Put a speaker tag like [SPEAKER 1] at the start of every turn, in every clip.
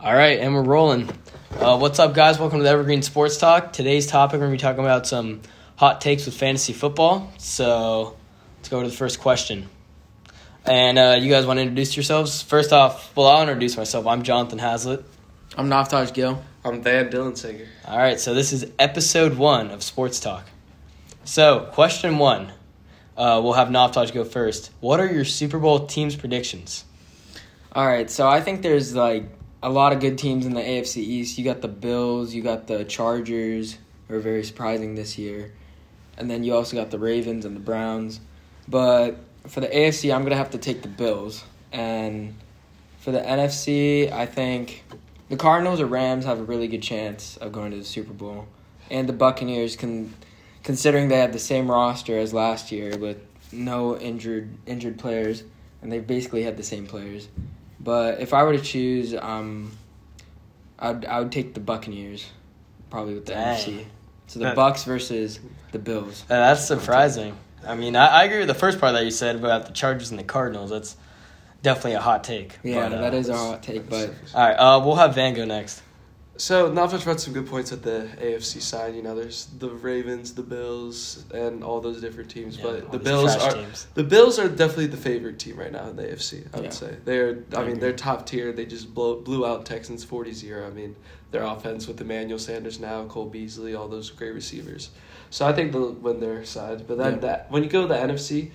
[SPEAKER 1] All right, and we're rolling. Uh, what's up, guys? Welcome to the Evergreen Sports Talk. Today's topic, we're going to be talking about some hot takes with fantasy football. So let's go to the first question. And uh, you guys want to introduce yourselves? First off, well, I'll introduce myself. I'm Jonathan Hazlitt.
[SPEAKER 2] I'm Naftaj Gill.
[SPEAKER 3] I'm Van Dillensinger.
[SPEAKER 1] All right, so this is episode one of Sports Talk. So, question one. Uh, we'll have Naftaj go first. What are your Super Bowl teams' predictions?
[SPEAKER 2] All right, so I think there's like a lot of good teams in the AFC East. You got the Bills, you got the Chargers, who are very surprising this year, and then you also got the Ravens and the Browns. But for the AFC, I'm gonna have to take the Bills, and for the NFC, I think the Cardinals or Rams have a really good chance of going to the Super Bowl, and the Buccaneers can, considering they have the same roster as last year with no injured injured players, and they've basically had the same players. But if I were to choose, um, I'd I would take the Buccaneers, probably with the
[SPEAKER 1] Dang.
[SPEAKER 2] NFC. So the
[SPEAKER 1] That-
[SPEAKER 2] Bucks versus the Bills.
[SPEAKER 1] Uh, that's surprising. I mean, I, I agree with the first part that you said about the Chargers and the Cardinals. That's definitely a hot take.
[SPEAKER 2] Yeah,
[SPEAKER 1] But, uh,
[SPEAKER 2] that is our hot take, but
[SPEAKER 1] All right, uh, we'll have Van go next.
[SPEAKER 3] So Naftash brought some good points at the AFC side. You know, there's the Ravens, the Bills, and all those different teams.
[SPEAKER 1] Yeah, all
[SPEAKER 3] but the
[SPEAKER 1] these
[SPEAKER 3] Bills
[SPEAKER 1] trash
[SPEAKER 3] are
[SPEAKER 1] teams.
[SPEAKER 3] the Bills are definitely the favorite team right now in the AFC. I
[SPEAKER 2] Yeah.
[SPEAKER 3] would say they're.
[SPEAKER 2] I
[SPEAKER 3] I mean,
[SPEAKER 2] agree.
[SPEAKER 3] they're top tier. They just blow, blew out Texans 40-0. I mean, their offense with Emmanuel Sanders now, Cole Beasley, all those great receivers. So I think they'll win their side. But then
[SPEAKER 2] Yeah.
[SPEAKER 3] that when you go to the NFC,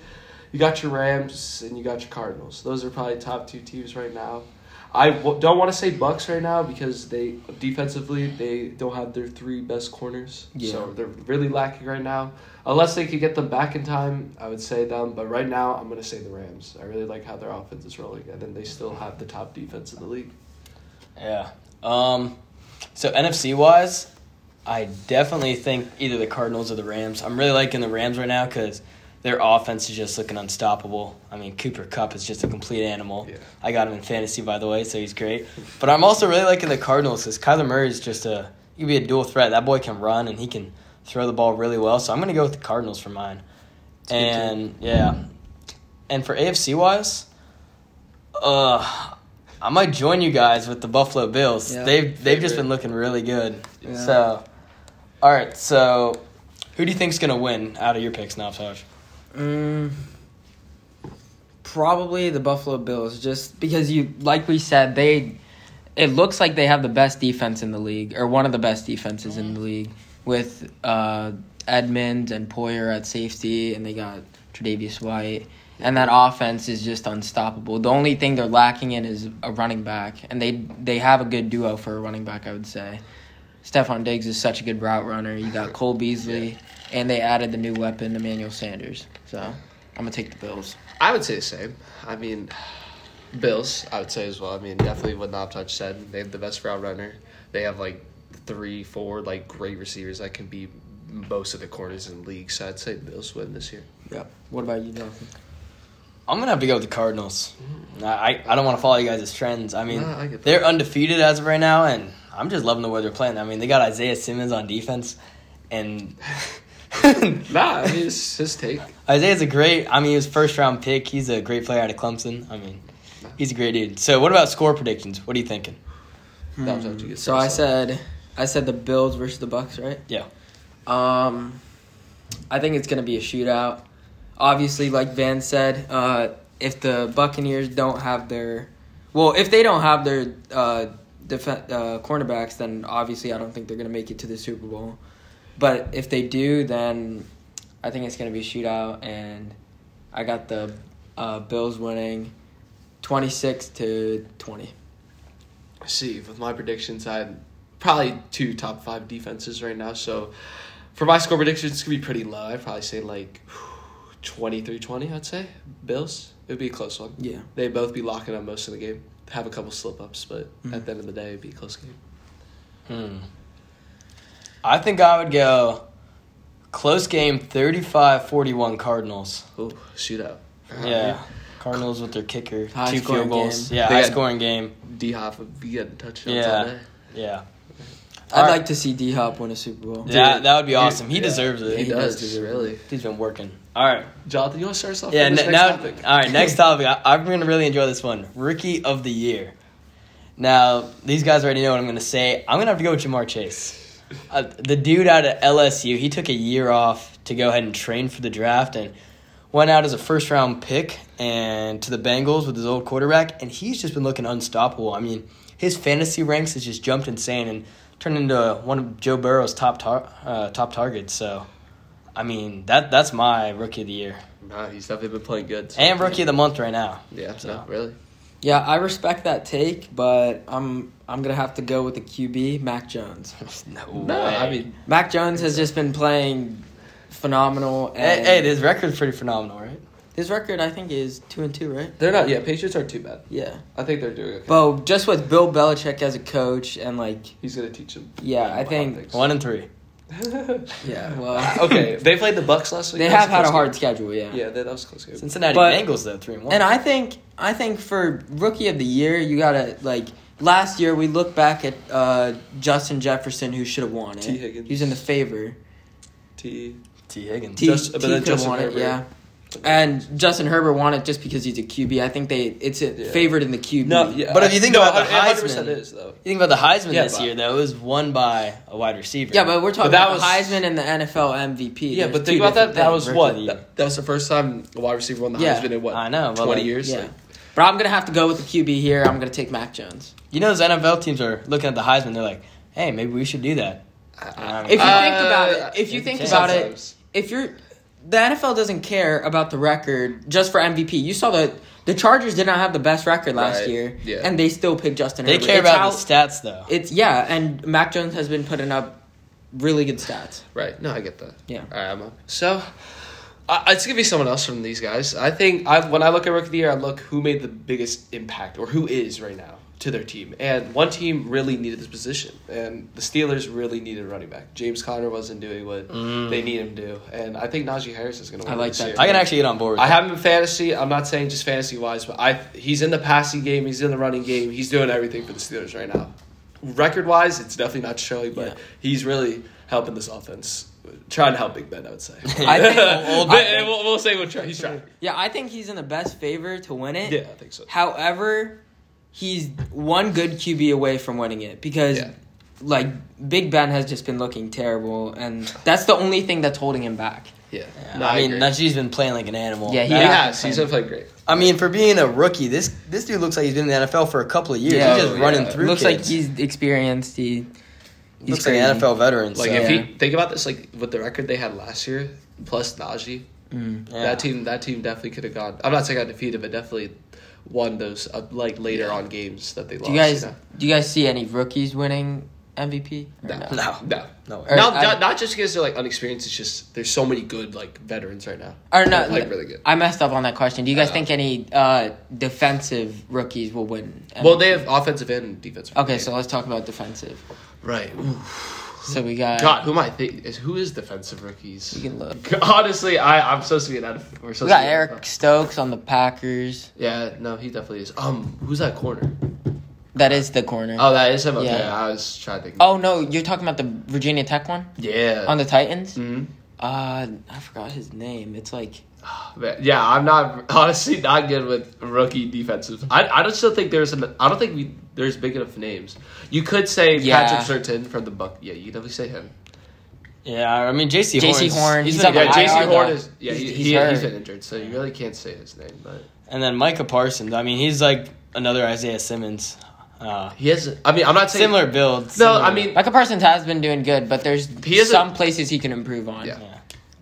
[SPEAKER 3] you got your Rams and you got your Cardinals. Those are probably top two teams right now. I w- don't want to say Bucks right now because they defensively they don't have their three best corners,
[SPEAKER 2] Yeah.
[SPEAKER 3] so they're really lacking right now. Unless they could get them back in time, I would say them. But right now, I'm gonna say the Rams. I really like how their offense is rolling, and then they still have the top defense in the league.
[SPEAKER 1] Yeah. Um, so NFC wise, I definitely think either the Cardinals or the Rams. I'm really liking the Rams right now because their offense is just looking unstoppable. I mean, Cooper Cup is just a complete animal.
[SPEAKER 3] Yeah.
[SPEAKER 1] I got him in fantasy, by the way, so he's great. But I'm also really liking the Cardinals because Kyler Murray is just a he can be a dual threat. That boy can run and he can throw the ball really well. So I'm gonna go with the Cardinals for mine.
[SPEAKER 3] a good
[SPEAKER 1] And yeah, and for AFC wise, uh, I might join you guys with the Buffalo Bills.
[SPEAKER 2] Yeah.
[SPEAKER 1] They've they've just
[SPEAKER 3] Favorite.
[SPEAKER 1] been looking really good.
[SPEAKER 2] Yeah.
[SPEAKER 1] So, all right. So, who do you think's gonna win out of your picks, Nopsaj?
[SPEAKER 2] Mm, probably the Buffalo Bills, just because you, like we said, they. It looks like they have the best defense in the league, or one of the best defenses in the league, with uh, Edmonds and Poyer at safety, and they got Tre'Davious White, and that offense is just unstoppable. The only thing they're lacking in is a running back, and they they have a good duo for a running back, I would say. Stephon Diggs is such a good route runner. You got Cole Beasley, and they added the new weapon, Emmanuel Sanders. So I'm gonna take the Bills.
[SPEAKER 3] I would say the same. I mean, Bills, I would say as well. I mean, definitely what Noptouch said. They have the best route runner. They have like three, four like great receivers that can be most of the corners in the league. So I'd say Bills win this year.
[SPEAKER 2] Yep. What about you, Jonathan?
[SPEAKER 1] I'm gonna have to go with the Cardinals. I I, I don't want to follow you guys' trends. I mean,
[SPEAKER 3] Mm-hmm. Nah, I get that.
[SPEAKER 1] they're undefeated as of right now, and I'm just loving the way they're playing. I mean, they got Isaiah Simmons on defense, and
[SPEAKER 3] Nah, I mean, it's his take.
[SPEAKER 1] Isaiah's a great. I mean, he was first round pick. He's a great player out of Clemson. I mean, he's a great dude. So, what about score predictions? What are you thinking?
[SPEAKER 3] That was what you
[SPEAKER 2] So I said, I said the Bills versus the Bucks, right?
[SPEAKER 1] Yeah.
[SPEAKER 2] Um, I think it's gonna be a shootout. Obviously, like Van said, uh, if the Buccaneers don't have their, well, if they don't have their uh, def- uh, cornerbacks, then obviously I don't think they're gonna make it to the Super Bowl. But if they do, then I think it's gonna be a shootout, and I got the uh, Bills winning, twenty six to twenty.
[SPEAKER 3] see with my predictions i had probably two top five defenses right now so for my score predictions it's gonna be pretty low i'd probably say like 23-20 i'd say bills it would be a close one
[SPEAKER 2] Yeah.
[SPEAKER 3] they'd both be locking up most of the game have a couple slip ups but
[SPEAKER 1] Mm-hmm.
[SPEAKER 3] at the end of the day it'd be a close game
[SPEAKER 1] Hmm. I think I would go close game 35-41 Cardinals.
[SPEAKER 3] oh shootout
[SPEAKER 1] Yeah. Cardinals with their kicker,
[SPEAKER 2] High
[SPEAKER 1] two field
[SPEAKER 2] scoring
[SPEAKER 1] goals.
[SPEAKER 2] game.
[SPEAKER 1] Yeah,
[SPEAKER 3] They
[SPEAKER 1] high
[SPEAKER 3] got-
[SPEAKER 1] scoring game.
[SPEAKER 3] d hop would be getting touchdowns
[SPEAKER 1] Yeah.
[SPEAKER 3] all day
[SPEAKER 1] Yeah.
[SPEAKER 2] I'd
[SPEAKER 1] Alright.
[SPEAKER 2] like to see D Hop win a Super Bowl.
[SPEAKER 1] That that would be
[SPEAKER 3] Dude,
[SPEAKER 1] awesome. He
[SPEAKER 3] yeah.
[SPEAKER 1] deserves it.
[SPEAKER 3] he,
[SPEAKER 1] He-
[SPEAKER 3] does,
[SPEAKER 2] does deserve
[SPEAKER 3] really
[SPEAKER 1] He's been working. All right.
[SPEAKER 3] jonathan you want to start us off
[SPEAKER 1] Yeah.
[SPEAKER 3] with this
[SPEAKER 1] n-
[SPEAKER 3] next
[SPEAKER 1] now,
[SPEAKER 3] topic
[SPEAKER 1] all right. Next topic. I, I'm gonna really enjoy this one. Rookie of the year. Now, these guys already know what I'm going to say. I'm going to have to go with Jamar Chase. Uh, the dude out of LSU, he took a year off to go ahead and train for the draft and went out as a first round pick and to the Bengals with his old quarterback, and he's just been looking unstoppable. I mean, his fantasy ranks has just jumped insane and turned into one of Joe Burrow's top tar- uh, top targets. So, I mean, that that's my rookie of the year
[SPEAKER 3] Nah, he's definitely been playing good. so-
[SPEAKER 1] and rookie of the month right now.
[SPEAKER 3] Yeah,
[SPEAKER 1] So-
[SPEAKER 3] no, really.
[SPEAKER 2] Yeah, I respect that take, but I'm I'm gonna have to go with the QB, Mac Jones.
[SPEAKER 1] No,
[SPEAKER 3] No,
[SPEAKER 1] way.
[SPEAKER 3] I mean,
[SPEAKER 2] Mac Jones has just been playing phenomenal.
[SPEAKER 1] hey,
[SPEAKER 2] And
[SPEAKER 1] hey, his record's pretty phenomenal, right?
[SPEAKER 2] his record I think is two and two, right?
[SPEAKER 3] they're not. Yeah, Patriots aren't too bad.
[SPEAKER 2] Yeah,
[SPEAKER 3] I think they're doing okay.
[SPEAKER 2] but just with Bill Belichick as a coach and like,
[SPEAKER 3] He's gonna teach them.
[SPEAKER 2] yeah, I think,
[SPEAKER 1] One and three.
[SPEAKER 2] yeah, well,
[SPEAKER 3] okay, they played the Bucks last week.
[SPEAKER 2] they
[SPEAKER 3] That was
[SPEAKER 2] have had a
[SPEAKER 3] close
[SPEAKER 2] hard schedule, yeah.
[SPEAKER 3] game. Yeah, that, that was a close game.
[SPEAKER 1] Cincinnati
[SPEAKER 2] But-
[SPEAKER 1] Bengals though three and one.
[SPEAKER 2] And I think I think for rookie of the year, you gotta like last year we look back at uh, Justin Jefferson who should have won it.
[SPEAKER 3] T. Higgins.
[SPEAKER 2] He's in the favor.
[SPEAKER 3] T.
[SPEAKER 1] T Higgins.
[SPEAKER 2] T,
[SPEAKER 3] Just-
[SPEAKER 2] T
[SPEAKER 3] but then
[SPEAKER 2] could've
[SPEAKER 3] Justin
[SPEAKER 2] won
[SPEAKER 3] Herbert.
[SPEAKER 2] it, yeah. And Justin Herbert won it just because he's a QB. I think they it's a
[SPEAKER 3] Yeah.
[SPEAKER 2] favored in the QB.
[SPEAKER 3] No, yeah,
[SPEAKER 1] But if you think
[SPEAKER 3] no,
[SPEAKER 1] about the
[SPEAKER 3] 100%
[SPEAKER 1] Heisman-
[SPEAKER 3] is though.
[SPEAKER 1] You think about the Heisman
[SPEAKER 3] Yeah,
[SPEAKER 1] this
[SPEAKER 3] but-
[SPEAKER 1] year though, it was won by a wide receiver.
[SPEAKER 2] Yeah, but we're talking
[SPEAKER 3] But that
[SPEAKER 2] about
[SPEAKER 3] was-
[SPEAKER 2] the Heisman and the NFL MVP.
[SPEAKER 3] Yeah,
[SPEAKER 2] There's
[SPEAKER 3] but
[SPEAKER 2] two
[SPEAKER 3] think about that.
[SPEAKER 2] different
[SPEAKER 3] That
[SPEAKER 2] things.
[SPEAKER 3] was
[SPEAKER 1] Rookie
[SPEAKER 3] what?
[SPEAKER 1] of the year.
[SPEAKER 3] That, that was the first time a wide receiver won the
[SPEAKER 2] Yeah,
[SPEAKER 3] Heisman in what?
[SPEAKER 1] I know, but
[SPEAKER 3] Twenty
[SPEAKER 1] like-
[SPEAKER 3] years.
[SPEAKER 2] Yeah.
[SPEAKER 3] Like,
[SPEAKER 2] But I'm gonna have to go with the QB here. I'm gonna take Mac Jones.
[SPEAKER 1] you know those NFL teams are looking at the Heisman, they're like, Hey, maybe we should do that.
[SPEAKER 3] I-
[SPEAKER 1] Um,
[SPEAKER 2] If you
[SPEAKER 3] Uh,
[SPEAKER 2] think about it, if you
[SPEAKER 1] it
[SPEAKER 2] think
[SPEAKER 1] can.
[SPEAKER 2] about it,
[SPEAKER 3] sometimes.
[SPEAKER 2] if you're the NFL doesn't care about the record just for MVP. You saw the the Chargers did not have the best record last
[SPEAKER 3] Right.
[SPEAKER 2] year,
[SPEAKER 3] Yeah.
[SPEAKER 2] and they still picked Justin.
[SPEAKER 1] they
[SPEAKER 2] Herbert.
[SPEAKER 1] care
[SPEAKER 2] It's
[SPEAKER 1] about
[SPEAKER 2] how-
[SPEAKER 1] the stats though.
[SPEAKER 2] It's yeah, and Mac Jones has been putting up really good stats.
[SPEAKER 3] Right. No, I get that.
[SPEAKER 2] Yeah.
[SPEAKER 3] All right, I'm up. So, I, it's gonna be someone else from these guys. I think I when I look at rookie of the year, I look who made the biggest impact or who is right now to their team. And one team really needed this position, and the Steelers really needed a running back. James Conner wasn't doing what they need him to do, and I think Najee Harris is gonna. Win
[SPEAKER 2] Mm. I like
[SPEAKER 3] this
[SPEAKER 2] that.
[SPEAKER 3] year.
[SPEAKER 1] I can actually get on board with
[SPEAKER 3] I
[SPEAKER 1] that.
[SPEAKER 3] have him in fantasy. I'm not saying just fantasy wise, but I he's in the passing game, he's in the running game, he's doing everything for the Steelers right now. Record wise, it's definitely not showing, but
[SPEAKER 2] Yeah.
[SPEAKER 3] he's really helping this offense. Trying to help Big Ben, I would say.
[SPEAKER 2] I think-
[SPEAKER 3] But
[SPEAKER 2] I think-
[SPEAKER 3] we'll, we'll say we'll try. He's trying.
[SPEAKER 2] Yeah, I think he's in the best favor to win it.
[SPEAKER 3] Yeah, I think so.
[SPEAKER 2] However, he's one good QB away from winning it because,
[SPEAKER 3] Yeah.
[SPEAKER 2] like, Big Ben has just been looking terrible, and that's the only thing that's holding him back.
[SPEAKER 3] Yeah,
[SPEAKER 1] Yeah,
[SPEAKER 3] No,
[SPEAKER 1] I mean,
[SPEAKER 3] agree.
[SPEAKER 1] Najee's been playing like an animal.
[SPEAKER 2] Yeah, he
[SPEAKER 1] That-
[SPEAKER 3] he
[SPEAKER 2] Yeah.
[SPEAKER 3] has. He's been playing great.
[SPEAKER 1] I mean, for being a rookie, this this dude looks like he's been in the NFL for a couple of years.
[SPEAKER 2] Yeah.
[SPEAKER 1] he's just
[SPEAKER 3] Oh,
[SPEAKER 1] running
[SPEAKER 3] yeah.
[SPEAKER 1] through.
[SPEAKER 2] Looks like
[SPEAKER 1] kids.
[SPEAKER 2] he's experienced. He he's
[SPEAKER 1] looks
[SPEAKER 2] crazy.
[SPEAKER 1] like an NFL veteran.
[SPEAKER 3] Like
[SPEAKER 1] so-
[SPEAKER 3] if
[SPEAKER 2] Yeah.
[SPEAKER 3] he think about this, like with the record they had last year plus Najee,
[SPEAKER 1] Yeah.
[SPEAKER 3] That team, that team definitely could have gone. I'm not saying got defeated, but definitely won those uh, like later on games that they
[SPEAKER 2] Do
[SPEAKER 3] lost.
[SPEAKER 2] you guys
[SPEAKER 3] know?
[SPEAKER 2] do you guys see any rookies winning MVP? Or
[SPEAKER 3] No.
[SPEAKER 1] No.
[SPEAKER 3] no,
[SPEAKER 1] No way.
[SPEAKER 2] Oh, Or-
[SPEAKER 3] not,
[SPEAKER 2] I-
[SPEAKER 3] not not just because they're like unexperienced. It's just there's so many good like veterans right now.
[SPEAKER 2] Or no,
[SPEAKER 3] like really good.
[SPEAKER 2] I messed up on that question. Do you guys
[SPEAKER 3] Uh,
[SPEAKER 2] think any uh, defensive rookies will win?
[SPEAKER 3] Well,
[SPEAKER 2] MVP?
[SPEAKER 3] they have offensive and defensive.
[SPEAKER 2] Okay, so Uh, let's talk about defensive.
[SPEAKER 3] right, Ooh,
[SPEAKER 2] So we got
[SPEAKER 3] God, who am I think is who is defensive rookies?
[SPEAKER 2] You can look.
[SPEAKER 3] Honestly, I I'm supposed to be an out. We're
[SPEAKER 2] We
[SPEAKER 3] supposed to
[SPEAKER 2] got
[SPEAKER 3] be
[SPEAKER 2] Eric Stokes on the Packers.
[SPEAKER 3] Yeah, no, he definitely is. Um, who's that corner?
[SPEAKER 2] That is the corner. Oh,
[SPEAKER 3] Oh, that is him. Okay,
[SPEAKER 2] Yeah.
[SPEAKER 3] I was trying to think.
[SPEAKER 2] no, you're talking about the Virginia Tech one
[SPEAKER 3] yeah.
[SPEAKER 2] on the Titans.
[SPEAKER 3] Mhm.
[SPEAKER 2] Uh, I forgot his name. It's like
[SPEAKER 3] Man, yeah, I'm not honestly not good with rookie defensive. I I don't still think there's an I don't think we there's big enough names. You could say
[SPEAKER 2] Yeah.
[SPEAKER 3] Patrick Surtain from the Buck. Yeah, you could definitely say him.
[SPEAKER 1] yeah, I mean JC Horn.
[SPEAKER 2] J.C. Horn, he's
[SPEAKER 1] been
[SPEAKER 2] on
[SPEAKER 1] a
[SPEAKER 3] Yeah,
[SPEAKER 1] guy.
[SPEAKER 2] the
[SPEAKER 3] J.C.
[SPEAKER 2] IR
[SPEAKER 3] Horn
[SPEAKER 2] though.
[SPEAKER 3] is yeah he,
[SPEAKER 2] He's-
[SPEAKER 3] he,
[SPEAKER 2] he's
[SPEAKER 3] he, has
[SPEAKER 2] hurt.
[SPEAKER 3] been injured, so you really can't say his name. But
[SPEAKER 1] And then Micah Parsons. I mean, he's like another Isaiah Simmons. Uh,
[SPEAKER 3] he has. I mean, I'm not saying
[SPEAKER 1] similar build.
[SPEAKER 3] No,
[SPEAKER 1] similar-
[SPEAKER 3] I mean
[SPEAKER 2] Michael Parsons has been doing good, but there's
[SPEAKER 3] He is a-
[SPEAKER 2] some places he can improve on.
[SPEAKER 3] Yeah.
[SPEAKER 1] Yeah.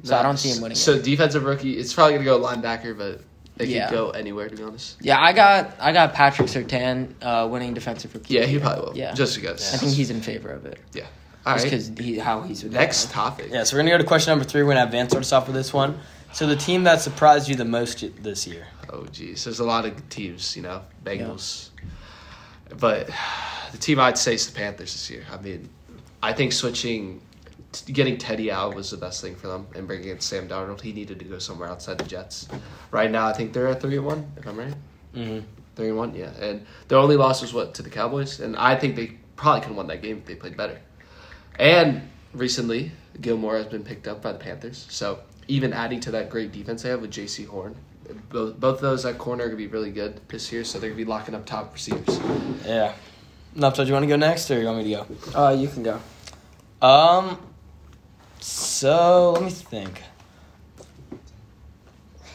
[SPEAKER 2] So I don't see him winning.
[SPEAKER 3] So defensive rookie, it's probably gonna go linebacker, but they
[SPEAKER 2] Yeah.
[SPEAKER 3] could go anywhere to be honest.
[SPEAKER 2] Yeah, I got I got Patrick Sertan uh, winning defensive rookie.
[SPEAKER 3] Yeah, he probably will.
[SPEAKER 2] Yeah.
[SPEAKER 3] just because.
[SPEAKER 2] I think he's in favor of it.
[SPEAKER 3] yeah. All
[SPEAKER 2] Just
[SPEAKER 3] right.
[SPEAKER 2] because he, how he's been
[SPEAKER 3] Next topic.
[SPEAKER 1] Yeah, so we're gonna go to question number three. We're gonna have Van start us off with this one. So the team that surprised you the most this year.
[SPEAKER 3] Oh geez, there's a lot of teams, you know, Bengals. But the team I'd say is the Panthers this year. I mean, I think switching, t- getting Teddy out was the best thing for them, and bringing in Sam Darnold. He needed to go somewhere outside the Jets. Right now, I think they're at three and one. If I'm right,
[SPEAKER 1] Mhm.
[SPEAKER 3] three and one. Yeah, and their only loss was what to the Cowboys, and I think they probably could have won that game if they played better. And recently, Gilmore has been picked up by the Panthers. So even adding to that great defense they have with J.C. Horn, both both of those at corner are gonna be really good this year. So they're gonna be locking up top receivers.
[SPEAKER 1] Yeah, Nupta, do you want to go next, or you want me to
[SPEAKER 2] Uh, you can go.
[SPEAKER 1] go? Um. So let me think.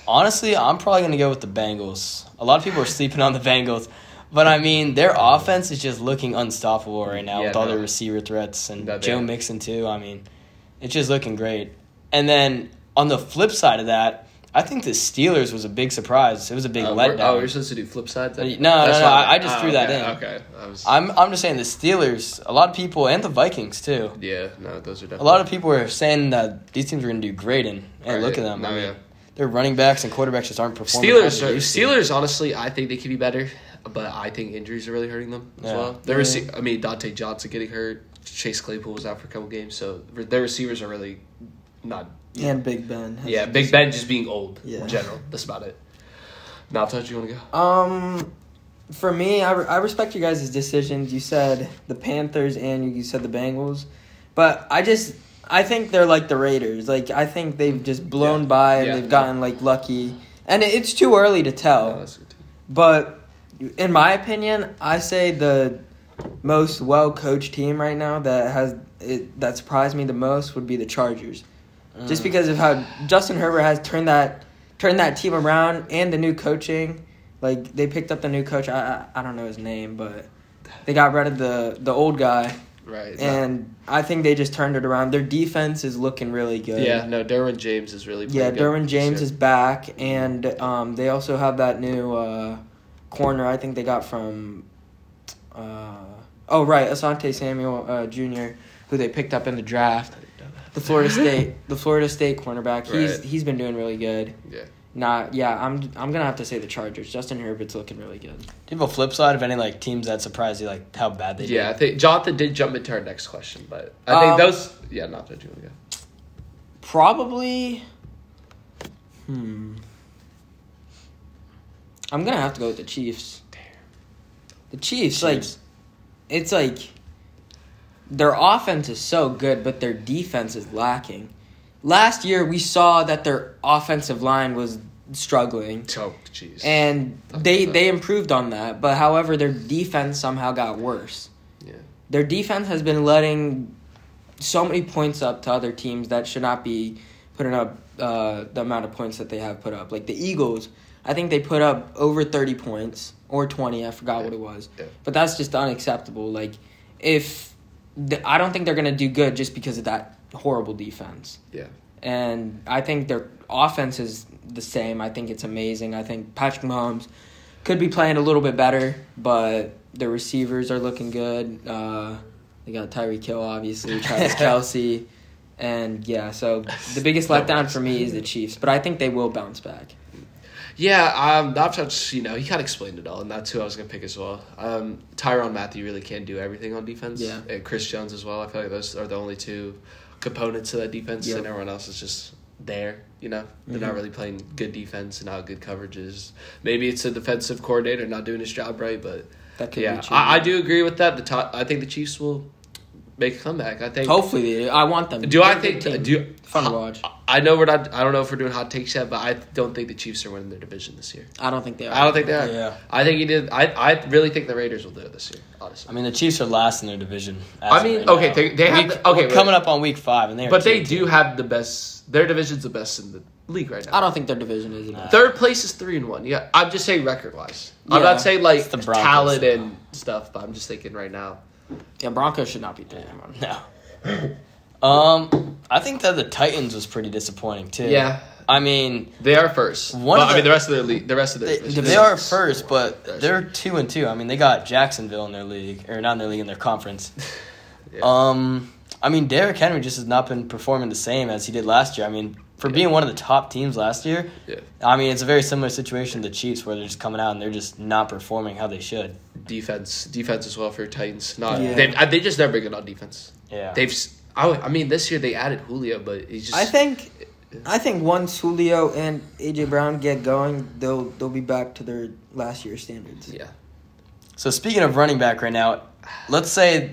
[SPEAKER 1] Honestly, I'm probably gonna go with the Bengals. A lot of people are sleeping on the Bengals, but I mean their offense is just looking unstoppable right now
[SPEAKER 3] Yeah,
[SPEAKER 1] with all
[SPEAKER 3] no.
[SPEAKER 1] their receiver threats and
[SPEAKER 3] No, they
[SPEAKER 1] Joe
[SPEAKER 3] are.
[SPEAKER 1] Mixon too. I mean, it's just looking great. And then on the flip side of that, I think the Steelers was a big surprise. It was a big
[SPEAKER 3] Uh, we're-
[SPEAKER 1] letdown.
[SPEAKER 3] Oh, we're supposed to do flip sides.
[SPEAKER 1] Uh, No, no,
[SPEAKER 3] That's
[SPEAKER 1] no,
[SPEAKER 3] fine.
[SPEAKER 1] I- I just
[SPEAKER 3] Oh,
[SPEAKER 1] threw that
[SPEAKER 3] okay,
[SPEAKER 1] in.
[SPEAKER 3] Okay, I was.
[SPEAKER 1] I'm I'm just saying the Steelers, a lot of people and the Vikings too.
[SPEAKER 3] yeah, no, those are definitely
[SPEAKER 1] A lot of people are saying that these teams are going to do great, and, and
[SPEAKER 3] Right.
[SPEAKER 1] look at them.
[SPEAKER 3] No,
[SPEAKER 1] I mean,
[SPEAKER 3] Oh, yeah.
[SPEAKER 1] their running backs and quarterbacks just aren't performing.
[SPEAKER 3] Steelers.
[SPEAKER 1] how
[SPEAKER 3] Are,
[SPEAKER 1] they used to.
[SPEAKER 3] Steelers. Honestly, I think they could be better, but I think injuries are really hurting them as
[SPEAKER 1] Yeah.
[SPEAKER 3] well. Their
[SPEAKER 1] Yeah.
[SPEAKER 3] rece- I mean, Dante Johnson getting hurt. Chase Claypool was out for a couple games, so re- their receivers are really not.
[SPEAKER 2] And Big Ben. has-
[SPEAKER 3] Yeah, Big Ben just being old
[SPEAKER 2] Yeah.
[SPEAKER 3] in general. That's about it. Now, touch. You want to go?
[SPEAKER 2] Um, for me, I, re- I respect you guys' decisions. You said the Panthers and you, you said the Bengals, but I just I think they're like the Raiders. Like I think they've just blown
[SPEAKER 3] Yeah.
[SPEAKER 2] by and
[SPEAKER 3] Yeah.
[SPEAKER 2] they've gotten like lucky, and it- it's too early to tell.
[SPEAKER 3] No, that's good.
[SPEAKER 2] But in my opinion, I say the most well coached team right now that has it, that surprised me the most would be the Chargers,
[SPEAKER 1] Mm.
[SPEAKER 2] just because of how Justin Herbert has turned that turned that team around and the new coaching. Like they picked up the new coach. I I, I don't know his name, but they got rid of the the old guy,
[SPEAKER 3] Right. no.
[SPEAKER 2] and I think they just turned it around. Their defense is looking really good.
[SPEAKER 3] yeah, no, Derwin James is really.
[SPEAKER 2] Yeah,
[SPEAKER 3] pretty good
[SPEAKER 2] Derwin
[SPEAKER 3] this
[SPEAKER 2] James
[SPEAKER 3] year.
[SPEAKER 2] is back, and um, they also have that new uh, corner. I think they got from. Uh, oh right, Asante Samuel uh, Jr., who they picked up in the draft. The Florida State, the Florida State cornerback. He's
[SPEAKER 3] Right.
[SPEAKER 2] he's been doing really good.
[SPEAKER 3] Yeah.
[SPEAKER 2] Not yeah, I'm I'm gonna have to say the Chargers. Justin Herbert's looking really good.
[SPEAKER 1] Do you have a flip side of any like teams that surprise you, like how bad they?
[SPEAKER 3] Yeah, I think Jonathan did jump into our next question, but I think
[SPEAKER 2] Um,
[SPEAKER 3] those. Yeah, not that you want to go.
[SPEAKER 2] Probably. Hmm. I'm gonna have to go with the Chiefs. The Chiefs, like,
[SPEAKER 1] Chiefs.
[SPEAKER 2] it's like their offense is so good, but their defense is lacking. Last year, we saw that their offensive line was struggling,
[SPEAKER 3] Oh, jeez.
[SPEAKER 2] and they they improved on that. But however, their defense somehow got worse
[SPEAKER 3] yeah.
[SPEAKER 2] their defense has been letting so many points up to other teams that should not be putting up uh, the amount of points that they have put up. Like the Eagles, I think they put up over 30 points or 20. I forgot what it was.
[SPEAKER 3] Yeah.
[SPEAKER 2] But that's just unacceptable. Like, if th- I don't think they're going to do good just because of that horrible defense.
[SPEAKER 3] Yeah.
[SPEAKER 2] And I think their offense is the same. I think it's amazing. I think Patrick Mahomes could be playing a little bit better, but the receivers are looking good. Uh, they got Tyree Kill, obviously, Travis Kelsey. And yeah, so the biggest letdown for me is the Chiefs, but I think they will bounce back.
[SPEAKER 3] Yeah, um, Knopfschutz, you know, he kind of explained it all, and that's who I was going to pick as well. Um, Tyron Matthew really can do everything on defense.
[SPEAKER 2] Yeah.
[SPEAKER 3] And Chris Jones as well. I feel like those are the only two components to that defense,
[SPEAKER 2] Yeah. Mm-hmm.
[SPEAKER 3] and everyone else is just there, you know? They're not really playing good defense and not good coverages. Maybe it's a defensive coordinator not doing his job right, but
[SPEAKER 2] That could
[SPEAKER 3] yeah,
[SPEAKER 2] be
[SPEAKER 3] I, I
[SPEAKER 2] Chiefs.
[SPEAKER 3] do agree with that. The top, I think the Chiefs will make a comeback. I think.
[SPEAKER 2] Hopefully, they, I want them.
[SPEAKER 3] Do I
[SPEAKER 2] They're a good
[SPEAKER 3] think- uh,
[SPEAKER 2] team.
[SPEAKER 3] do-
[SPEAKER 2] fun to watch?
[SPEAKER 3] I know we're not. I don't know if we're doing hot takes yet, but I don't think the Chiefs are winning their division this year.
[SPEAKER 2] I don't think they are.
[SPEAKER 3] I don't think they are.
[SPEAKER 1] Yeah.
[SPEAKER 3] I think you did. I I really think the Raiders will do it this year.
[SPEAKER 1] I
[SPEAKER 3] Honestly.
[SPEAKER 1] mean, the Chiefs are last in their division. as
[SPEAKER 3] I
[SPEAKER 1] of
[SPEAKER 3] mean,
[SPEAKER 1] right now.
[SPEAKER 3] okay, they, they have
[SPEAKER 1] Week-
[SPEAKER 3] the, okay,
[SPEAKER 1] we're coming up on week five, and they are
[SPEAKER 3] but they
[SPEAKER 1] two.
[SPEAKER 3] do have the best. Their division's the best in the league right now.
[SPEAKER 2] I don't think their division is enough.
[SPEAKER 3] Third place is three and one. Yeah, I'm just saying record wise. I'm
[SPEAKER 2] Yeah.
[SPEAKER 3] not saying like
[SPEAKER 1] It's the Broncos,
[SPEAKER 3] talent
[SPEAKER 1] though.
[SPEAKER 3] and stuff, but I'm just thinking right now.
[SPEAKER 2] Yeah, Broncos should not be three and one.
[SPEAKER 1] no. Um, I think that the Titans was pretty disappointing too.
[SPEAKER 3] Yeah.
[SPEAKER 1] I mean,
[SPEAKER 3] They are first.
[SPEAKER 1] One
[SPEAKER 3] But,
[SPEAKER 1] of
[SPEAKER 3] I
[SPEAKER 1] the-
[SPEAKER 3] mean, the rest of their league, the rest of their
[SPEAKER 1] they,
[SPEAKER 3] division
[SPEAKER 1] they
[SPEAKER 3] is-
[SPEAKER 1] are first, but
[SPEAKER 3] That's-
[SPEAKER 1] they're two and two. I mean, they got Jacksonville in their league, or not in their league in their conference.
[SPEAKER 3] Yeah.
[SPEAKER 1] Um, I mean, Derrick Henry just has not been performing the same as he did last year. I mean, for being one of the top teams last year,
[SPEAKER 3] Yeah.
[SPEAKER 1] I mean, it's a very similar situation to the Chiefs, where they're just coming out and they're just not performing how they should.
[SPEAKER 3] defense, defense as well for Titans. Not
[SPEAKER 2] Yeah.
[SPEAKER 3] they. They just never good on defense.
[SPEAKER 1] Yeah,
[SPEAKER 3] They've. s- I, would- I mean, this year they added Julio, but he's just.
[SPEAKER 2] I think, I think once Julio and AJ Brown get going, they'll they'll be back to their last year standards.
[SPEAKER 3] Yeah.
[SPEAKER 1] So speaking of running back right now, let's say,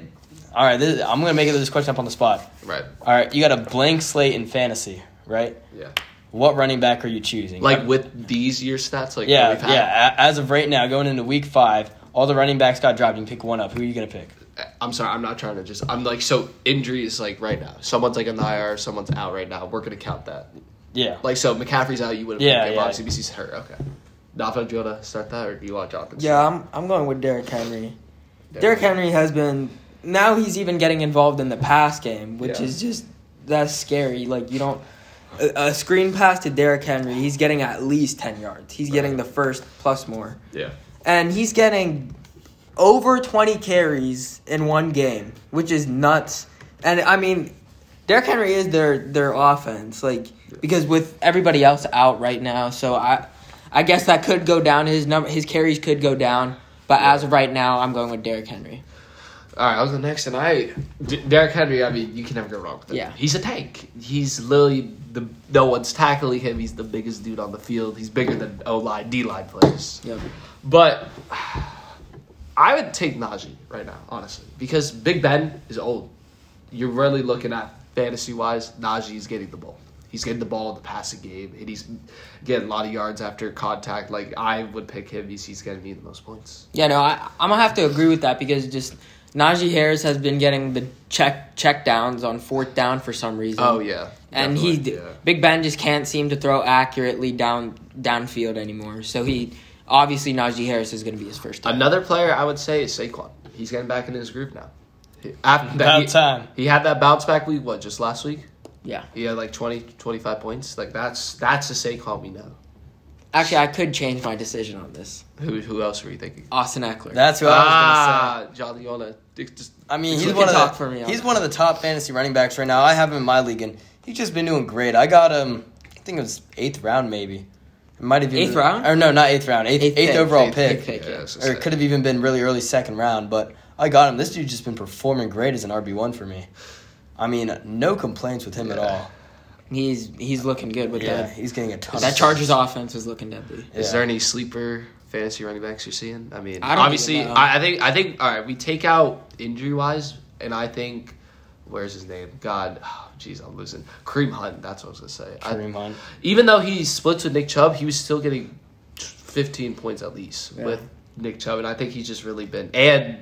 [SPEAKER 1] all right, this, I'm gonna make this question up on the spot.
[SPEAKER 3] Right.
[SPEAKER 1] All right, you got a blank slate in fantasy, right?
[SPEAKER 3] Yeah.
[SPEAKER 1] What running back are you choosing?
[SPEAKER 3] Like with these year stats, like
[SPEAKER 1] yeah,
[SPEAKER 3] we've had-
[SPEAKER 1] yeah. a- As of right now, going into week five, all the running backs got dropped. You pick one up. Who are you gonna pick?
[SPEAKER 3] I'm sorry, I'm not trying to just. I'm like, so injuries like right now. Someone's like on the IR, someone's out right now. We're gonna count that.
[SPEAKER 1] Yeah.
[SPEAKER 3] Like, so McCaffrey's out. You would have
[SPEAKER 1] Yeah,
[SPEAKER 3] picked him.
[SPEAKER 1] yeah.
[SPEAKER 3] Obviously, BC's hurt. Okay. Nafta, do you wanna start that, or do you want Jonathan? to
[SPEAKER 2] Yeah, I'm I'm going with Derrick Henry.
[SPEAKER 3] start?
[SPEAKER 2] Derrick Henry has been now he's even getting involved in the pass game, which
[SPEAKER 3] Yeah.
[SPEAKER 2] is just that's scary. Like you don't a, a screen pass to Derrick Henry, he's getting at least ten yards. He's getting the first plus more,
[SPEAKER 3] Yeah.
[SPEAKER 2] and he's getting over twenty carries in one game, which is nuts. And I mean, Derrick Henry is their their offense, like because with everybody else out right now, so I. I guess that could go down. His number, his carries could go down, but as of right now, I'm going with Derrick Henry.
[SPEAKER 3] All right, I was the next, and I D- Derrick Henry. I mean, you can never go wrong with him.
[SPEAKER 2] Yeah.
[SPEAKER 3] he's a tank. He's literally the no one's tackling him. He's the biggest dude on the field. He's bigger than O line, D line players.
[SPEAKER 2] Yep.
[SPEAKER 3] But I would take Najee right now, honestly, because Big Ben is old. You're really looking at fantasy wise, Najee's getting the ball. He's getting the ball in the passing game, and he's getting a lot of yards after contact. Like I would pick him. He's, he's going to need the most points.
[SPEAKER 2] Yeah, no, I, I'm gonna have to agree with that because just Najee Harris has been getting the check check downs on fourth down for some reason.
[SPEAKER 3] Oh yeah,
[SPEAKER 2] and
[SPEAKER 3] Definitely,
[SPEAKER 2] he d
[SPEAKER 3] yeah.
[SPEAKER 2] Big Ben just can't seem to throw accurately down downfield anymore. So he obviously Najee Harris is gonna be his first. Down.
[SPEAKER 3] Another player I would say is Saquon. He's getting back in his groove now. He- After that,
[SPEAKER 1] About
[SPEAKER 3] he,
[SPEAKER 1] time.
[SPEAKER 3] he had that bounce back week, what, just last week?
[SPEAKER 2] Yeah,
[SPEAKER 3] He had like 20, 25 points. Like that's that's the Saquon we know.
[SPEAKER 2] actually, I could change my decision on this.
[SPEAKER 3] Who who else were you thinking?
[SPEAKER 2] Austin Eckler.
[SPEAKER 1] That's who I was gonna say.
[SPEAKER 3] Ah, John, you wanna just
[SPEAKER 1] I mean,
[SPEAKER 2] You
[SPEAKER 1] he's
[SPEAKER 2] can
[SPEAKER 1] one of the,
[SPEAKER 2] talk for me on
[SPEAKER 1] he's
[SPEAKER 2] that.
[SPEAKER 1] one of the top fantasy running backs right now. I have him in my league, and he's just been doing great. I got him. I think it was eighth round, maybe. It might have even
[SPEAKER 2] Eighth round?
[SPEAKER 1] or no, not eighth round. Eighth eighth,
[SPEAKER 2] Eighth pick.
[SPEAKER 1] overall
[SPEAKER 2] Eighth-
[SPEAKER 1] pick,
[SPEAKER 2] eighth pick.
[SPEAKER 3] Yeah, I was
[SPEAKER 1] or
[SPEAKER 3] gonna
[SPEAKER 1] it
[SPEAKER 3] say.
[SPEAKER 1] could have even been really early second round. But I got him. This dude's just been performing great as an RB one for me. I mean, no complaints with him at
[SPEAKER 3] Yeah.
[SPEAKER 1] all.
[SPEAKER 2] he's he's looking good with
[SPEAKER 1] Yeah,
[SPEAKER 2] that.
[SPEAKER 1] he's getting a ton.
[SPEAKER 2] That
[SPEAKER 1] of
[SPEAKER 2] Chargers offense is looking deadly.
[SPEAKER 3] Is
[SPEAKER 1] Yeah.
[SPEAKER 3] there any sleeper fantasy running backs you're seeing? I mean,
[SPEAKER 2] I don't
[SPEAKER 3] obviously,
[SPEAKER 2] even know.
[SPEAKER 3] I, I think I think all right. We take out injury wise, and I think where's his name? God, oh, jeez, I'm losing. Kareem Hunt. That's what I was gonna say. I-
[SPEAKER 1] Kareem Hunt.
[SPEAKER 3] even though he splits with Nick Chubb, he was still getting 15 points at least
[SPEAKER 2] Yeah.
[SPEAKER 3] with Nick Chubb, and I think he's just really been and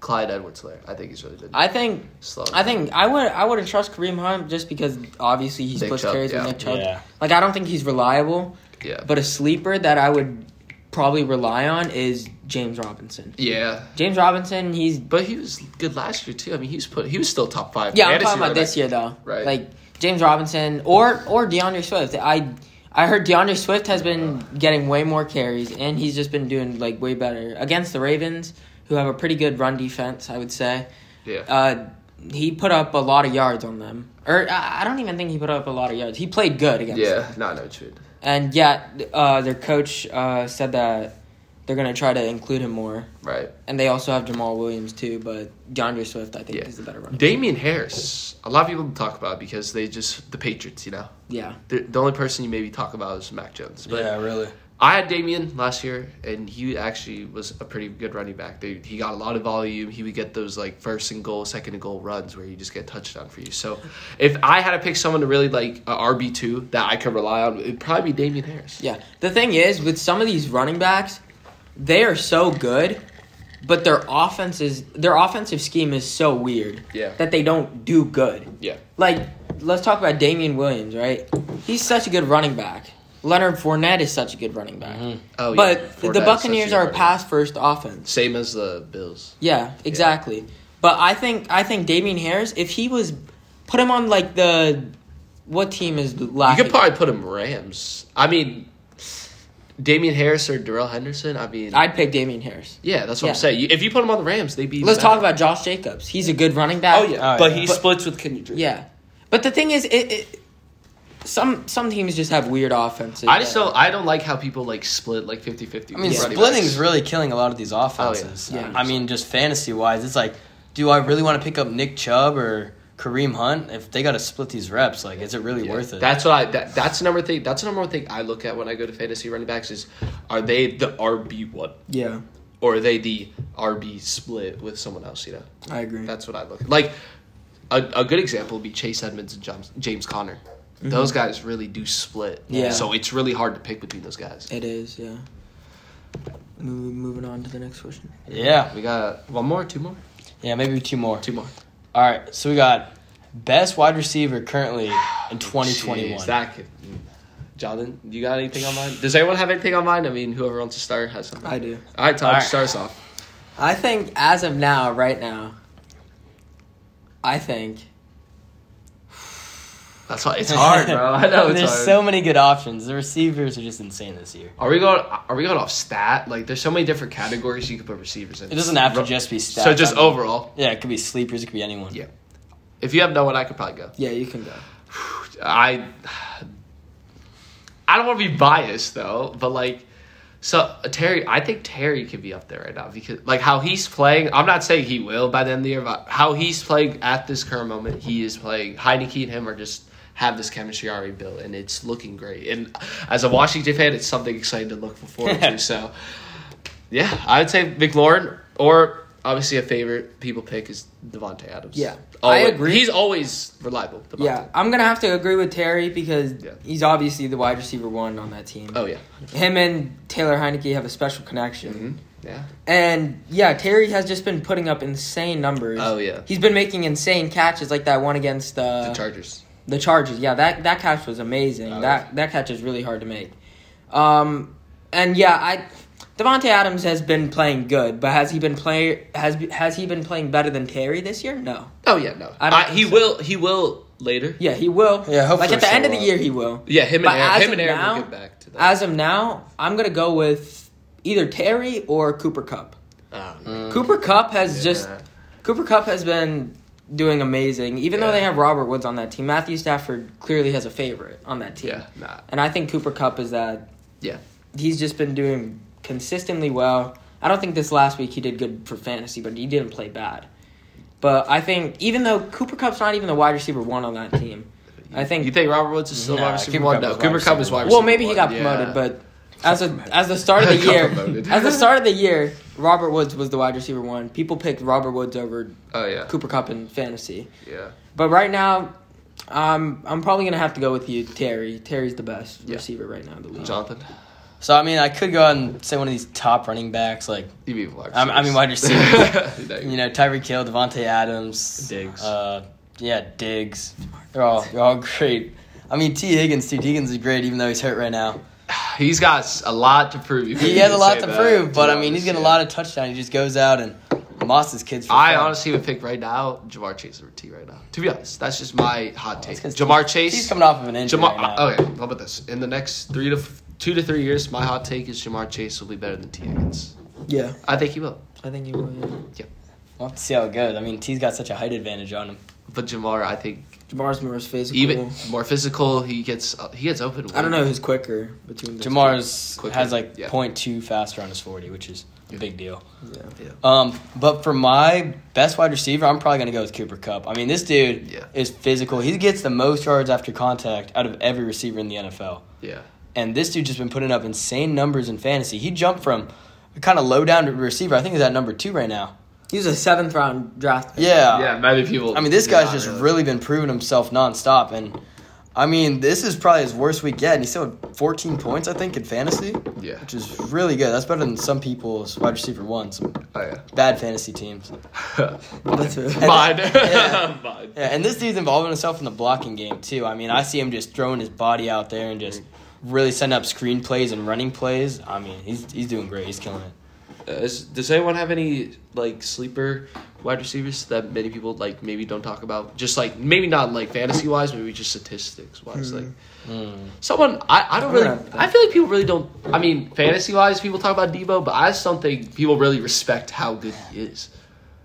[SPEAKER 3] Clyde Edwards-Helaire. I think he's really been
[SPEAKER 2] I think
[SPEAKER 3] slow.
[SPEAKER 2] I think I would I wouldn't trust Kareem Hunt just because obviously he
[SPEAKER 3] Nick
[SPEAKER 2] splits
[SPEAKER 3] Chubb,
[SPEAKER 2] carries
[SPEAKER 3] yeah.
[SPEAKER 2] with Nick Chubb.
[SPEAKER 1] Yeah.
[SPEAKER 2] Like I don't think he's reliable,
[SPEAKER 3] yeah,
[SPEAKER 2] but a sleeper that I would probably rely on is James Robinson.
[SPEAKER 3] yeah,
[SPEAKER 2] James Robinson, he's
[SPEAKER 3] but he was good last year too. I mean, he was put he was still top five.
[SPEAKER 2] yeah. I'm
[SPEAKER 3] fantasy
[SPEAKER 2] talking about
[SPEAKER 3] running
[SPEAKER 2] this
[SPEAKER 3] back.
[SPEAKER 2] year though.
[SPEAKER 3] Right.
[SPEAKER 2] Like James Robinson or or DeAndre Swift. I I heard DeAndre Swift has been getting way more carries and he's just been doing like way better against the Ravens, who have a pretty good run defense. I would say.
[SPEAKER 3] Yeah,
[SPEAKER 2] uh, he put up a lot of yards on them. Or I I don't even think he put up a lot of yards. He played good against them.
[SPEAKER 3] yeah, not no true.
[SPEAKER 2] And yet, uh, their coach uh, said that they're going to try to include him more.
[SPEAKER 3] Right.
[SPEAKER 2] And they also have Jamal Williams, too, but DeAndre Swift, I think,
[SPEAKER 3] Yeah.
[SPEAKER 2] is the better runner.
[SPEAKER 3] Damian Harris. A lot of people don't talk about it because they just the Patriots. You know,
[SPEAKER 2] Yeah.
[SPEAKER 3] the, the only person you maybe talk about is Mac Jones. But
[SPEAKER 1] Yeah, really.
[SPEAKER 3] I had Damian last year, and he actually was a pretty good running back. They, he got a lot of volume. He would get those like first and goal, second and goal runs where you just get a touchdown for you. So, if I had to pick someone to really like a RB two that I could rely on, it'd probably be Damian Harris.
[SPEAKER 2] Yeah. The thing is, with some of these running backs, they are so good, but their offense is, their offensive scheme is so weird
[SPEAKER 3] Yeah.
[SPEAKER 2] that they don't do good.
[SPEAKER 3] Yeah.
[SPEAKER 2] like let's talk about Damian Williams, right? He's such a good running back. Leonard Fournette is such a good running back.
[SPEAKER 3] Oh, yeah.
[SPEAKER 2] But the
[SPEAKER 3] Fournette's
[SPEAKER 2] Buccaneers
[SPEAKER 3] such a
[SPEAKER 2] are a
[SPEAKER 3] good
[SPEAKER 2] pass first offense.
[SPEAKER 3] Same as the Bills.
[SPEAKER 2] Yeah, exactly. But I think I think Damian Harris, if he was put him on like the what team is
[SPEAKER 3] You
[SPEAKER 2] lacking?
[SPEAKER 3] could probably put him Rams. I mean, Damian Harris or Darrell Henderson. I mean,
[SPEAKER 2] I'd pick Damian Harris.
[SPEAKER 3] yeah, that's what I'm
[SPEAKER 2] Yeah.
[SPEAKER 3] saying. You- If you put him on the Rams, they'd be.
[SPEAKER 2] Let's
[SPEAKER 3] better.
[SPEAKER 2] talk about Josh Jacobs. He's a good running back.
[SPEAKER 3] Oh yeah,
[SPEAKER 1] Oh,
[SPEAKER 3] but
[SPEAKER 1] yeah.
[SPEAKER 3] he
[SPEAKER 1] But-
[SPEAKER 3] splits with Kendrick.
[SPEAKER 2] Yeah. But the thing is it, it some some teams just have weird offenses.
[SPEAKER 3] I just
[SPEAKER 2] that-
[SPEAKER 3] don't. I don't like how people like split like 50-50.
[SPEAKER 1] I mean,
[SPEAKER 2] Yeah.
[SPEAKER 1] splitting's really killing a lot of these
[SPEAKER 3] Oh,
[SPEAKER 1] offenses.
[SPEAKER 2] yeah.
[SPEAKER 1] I mean, just fantasy wise, it's like, do I really want to pick up Nick Chubb or Kareem Hunt if they got to split these reps? Like, is it really
[SPEAKER 3] Yeah.
[SPEAKER 1] worth it?
[SPEAKER 3] That's what I. That, that's the number thing. That's the number one thing I look at when I go to fantasy running backs is, are they the RB one
[SPEAKER 2] Yeah,
[SPEAKER 3] or are they the RB split with someone else? You know,
[SPEAKER 2] I agree.
[SPEAKER 3] that's what I look at. like. A, a good example would be Chase Edmonds and James, James Conner.
[SPEAKER 1] Mm-hmm.
[SPEAKER 3] Those guys really do split.
[SPEAKER 2] Yeah.
[SPEAKER 3] So it's really hard to pick between those guys.
[SPEAKER 2] It is, yeah. Mo- moving on to the next question.
[SPEAKER 1] Yeah.
[SPEAKER 3] We got one more, two more,
[SPEAKER 1] Yeah, maybe two more.
[SPEAKER 3] two more.
[SPEAKER 1] All right, so we got best wide receiver currently in 2021.
[SPEAKER 3] Jeez, that could. Jonathan, you got anything on mind? Does anyone have anything on mind? I mean, whoever wants to start has something.
[SPEAKER 2] I do.
[SPEAKER 3] All right, Tom,
[SPEAKER 1] All right.
[SPEAKER 3] start us off.
[SPEAKER 2] I think as of now, right now, I think
[SPEAKER 3] That's why it's hard, bro. I know it's
[SPEAKER 1] There's
[SPEAKER 3] hard.
[SPEAKER 1] so many good options. The receivers are just insane this year.
[SPEAKER 3] Are we going? Are we going off stat? Like, there's so many different categories you can put receivers in.
[SPEAKER 1] It doesn't have to
[SPEAKER 3] Ru-
[SPEAKER 1] just be stats.
[SPEAKER 3] So just
[SPEAKER 1] I mean,
[SPEAKER 3] overall,
[SPEAKER 1] Yeah, it could be sleepers. It could be anyone.
[SPEAKER 3] Yeah. if you have no one, I could probably go.
[SPEAKER 2] yeah, you can go.
[SPEAKER 3] I, I don't want to be biased though, but like, so Terry, I think Terry could be up there right now because like how he's playing. I'm not saying he will by the end of the year, but how he's playing at this current moment, he is playing. Heineke and him are just have this chemistry already built, and it's looking great. And as a Washington fan, it's something exciting to look forward to. So. Yeah, I would say McLaurin or obviously a favorite people pick is Devonte Adams.
[SPEAKER 2] Yeah, I
[SPEAKER 3] Always,
[SPEAKER 2] agree.
[SPEAKER 3] He's always reliable. Devontae.
[SPEAKER 2] Yeah, I'm gonna have to agree with Terry because
[SPEAKER 3] Yeah.
[SPEAKER 2] he's obviously the wide receiver one on that team.
[SPEAKER 3] Oh yeah.
[SPEAKER 2] Him and Taylor Heineke have a special connection,
[SPEAKER 3] Mm-hmm. Yeah.
[SPEAKER 2] and yeah, Terry has just been putting up insane numbers.
[SPEAKER 3] Oh yeah.
[SPEAKER 2] He's been making insane catches like that one against uh,
[SPEAKER 3] the Chargers.
[SPEAKER 2] The Chargers, yeah, that that catch was amazing.
[SPEAKER 3] Oh, yeah.
[SPEAKER 2] that that catch is really hard to make. Um, and yeah, I Devonte Adams has been playing good, but has he been play has has he been playing better than Terry this year? No.
[SPEAKER 3] Oh yeah. No.
[SPEAKER 2] I don't
[SPEAKER 3] I
[SPEAKER 2] think
[SPEAKER 3] he
[SPEAKER 2] so.
[SPEAKER 3] will. He will later.
[SPEAKER 2] Yeah, he will.
[SPEAKER 1] Yeah, hopefully
[SPEAKER 2] Like at the
[SPEAKER 1] so
[SPEAKER 2] end of the
[SPEAKER 1] will.
[SPEAKER 2] year, he will.
[SPEAKER 3] Yeah. Him and
[SPEAKER 2] But
[SPEAKER 3] Aaron,
[SPEAKER 2] as
[SPEAKER 3] him and
[SPEAKER 2] of
[SPEAKER 3] Aaron
[SPEAKER 2] now-
[SPEAKER 3] will get back to that.
[SPEAKER 2] As of now, I'm gonna go with either Terry or Cooper Cup.
[SPEAKER 3] Oh,
[SPEAKER 2] Cooper Cup has
[SPEAKER 3] yeah.
[SPEAKER 2] just Cooper Cup has been doing amazing, even though
[SPEAKER 3] Yeah.
[SPEAKER 2] they have Robert Woods on that team. Matthew Stafford clearly has a favorite on that team.
[SPEAKER 3] Yeah. Nah.
[SPEAKER 2] And I think Cooper Cup is that.
[SPEAKER 3] Yeah.
[SPEAKER 2] He's just been doing consistently well. I don't think this last week he did good for fantasy, but he didn't play bad. But I think even though Cooper Cup's not even the wide receiver one on that team, I think.
[SPEAKER 3] You think Robert Woods is still
[SPEAKER 1] Nah,
[SPEAKER 3] wide receiver
[SPEAKER 1] Cooper
[SPEAKER 3] one?
[SPEAKER 1] Kupp
[SPEAKER 3] No.
[SPEAKER 1] was
[SPEAKER 3] Cooper
[SPEAKER 1] wide
[SPEAKER 3] Cup
[SPEAKER 1] receiver
[SPEAKER 3] is wide receiver.
[SPEAKER 2] well, maybe he got
[SPEAKER 3] one.
[SPEAKER 2] promoted,
[SPEAKER 3] Yeah.
[SPEAKER 2] but as a, as the start of the
[SPEAKER 3] Got
[SPEAKER 2] year,
[SPEAKER 3] promoted.
[SPEAKER 2] as the start of the year, Robert Woods was the wide receiver one. People picked Robert Woods over
[SPEAKER 3] Oh yeah.
[SPEAKER 2] Cooper Cup in fantasy,
[SPEAKER 3] Yeah.
[SPEAKER 2] but right now, um, I'm probably gonna have to go with you, Terry. Terry's the best
[SPEAKER 3] Yeah.
[SPEAKER 2] receiver right now in the league.
[SPEAKER 3] Jonathan.
[SPEAKER 1] So I mean, I could go out and say one of these top running backs, like
[SPEAKER 3] You mean wide?
[SPEAKER 1] I'm- I mean wide
[SPEAKER 3] receivers. No,
[SPEAKER 1] you know Tyreek Hill, Devonte Adams,
[SPEAKER 3] Diggs.
[SPEAKER 1] Uh, yeah, Diggs. They're all they're all great. I mean T Higgins too. T Higgins is great, even though he's hurt right now.
[SPEAKER 3] He's got a lot to prove. You
[SPEAKER 1] He
[SPEAKER 3] can
[SPEAKER 1] has a lot
[SPEAKER 3] say
[SPEAKER 1] to
[SPEAKER 3] that,
[SPEAKER 1] prove, but I
[SPEAKER 3] be
[SPEAKER 1] mean, he's
[SPEAKER 3] honest,
[SPEAKER 1] getting a
[SPEAKER 3] yeah.
[SPEAKER 1] lot of touchdowns. He just goes out and mosses kids. For
[SPEAKER 3] I
[SPEAKER 1] fun.
[SPEAKER 3] honestly would pick right now Jamar Chase over T right now. To be honest, that's just my hot take.
[SPEAKER 1] 'cause
[SPEAKER 3] Jamar
[SPEAKER 1] he's
[SPEAKER 3] Chase.
[SPEAKER 1] coming off of an injury.
[SPEAKER 3] Jamar.
[SPEAKER 1] right now.
[SPEAKER 3] okay, how about this? In the next three to f- two to three years, my hot take is Jamar Chase will be better than T Higgins.
[SPEAKER 2] Yeah,
[SPEAKER 3] I think he will,
[SPEAKER 2] I think you will. Yeah.
[SPEAKER 1] We'll have to see how it goes. I mean, T's got such a height advantage on him.
[SPEAKER 3] but Jamar, I think
[SPEAKER 2] Jamar's more physical.
[SPEAKER 3] even more physical. He gets uh, he gets open.
[SPEAKER 2] I don't know who's quicker between the
[SPEAKER 1] Jamar's
[SPEAKER 3] Quicker,
[SPEAKER 1] has like
[SPEAKER 3] yeah.
[SPEAKER 1] 0.2 faster on his 40, which is a big deal.
[SPEAKER 2] Two. Yeah.
[SPEAKER 1] Um, but for my best wide receiver, I'm probably gonna go with Cooper Cup. I mean, this dude
[SPEAKER 3] Yeah.
[SPEAKER 1] is physical. He gets the most yards after contact out of every receiver in the NFL.
[SPEAKER 3] Yeah,
[SPEAKER 1] And this dude just been putting up insane numbers in fantasy. He jumped from kind of low down to receiver. I think he's at number two right now.
[SPEAKER 2] He was a seventh round draft. pick.
[SPEAKER 1] Yeah.
[SPEAKER 3] yeah. Maybe people.
[SPEAKER 1] I mean, this guy's
[SPEAKER 3] not
[SPEAKER 1] just really been proving himself nonstop, and I mean, this is probably his worst week yet, and he still had 14 points, I think, in fantasy,
[SPEAKER 3] Yeah.
[SPEAKER 1] which is really good. That's better than some people's wide receiver one, some
[SPEAKER 3] Oh
[SPEAKER 1] bad fantasy teams.
[SPEAKER 3] yeah.
[SPEAKER 2] That's who-
[SPEAKER 3] Mine.
[SPEAKER 1] Yeah.
[SPEAKER 3] Mine.
[SPEAKER 1] Yeah, and this dude's involving himself in the blocking game too. I mean, I see him just throwing his body out there and just really setting up screen plays and running plays. I mean, he's he's doing great. He's killing it.
[SPEAKER 3] Uh, is, does anyone have any like sleeper wide receivers that many people like maybe don't talk about? Just like maybe not like fantasy wise, maybe just statistics wise. Like someone I, I don't
[SPEAKER 2] Hmm. I'm
[SPEAKER 3] really
[SPEAKER 2] gonna have to-
[SPEAKER 3] I feel like people really don't. I mean fantasy wise, people talk about Debo, but I just don't think people really respect how good he is.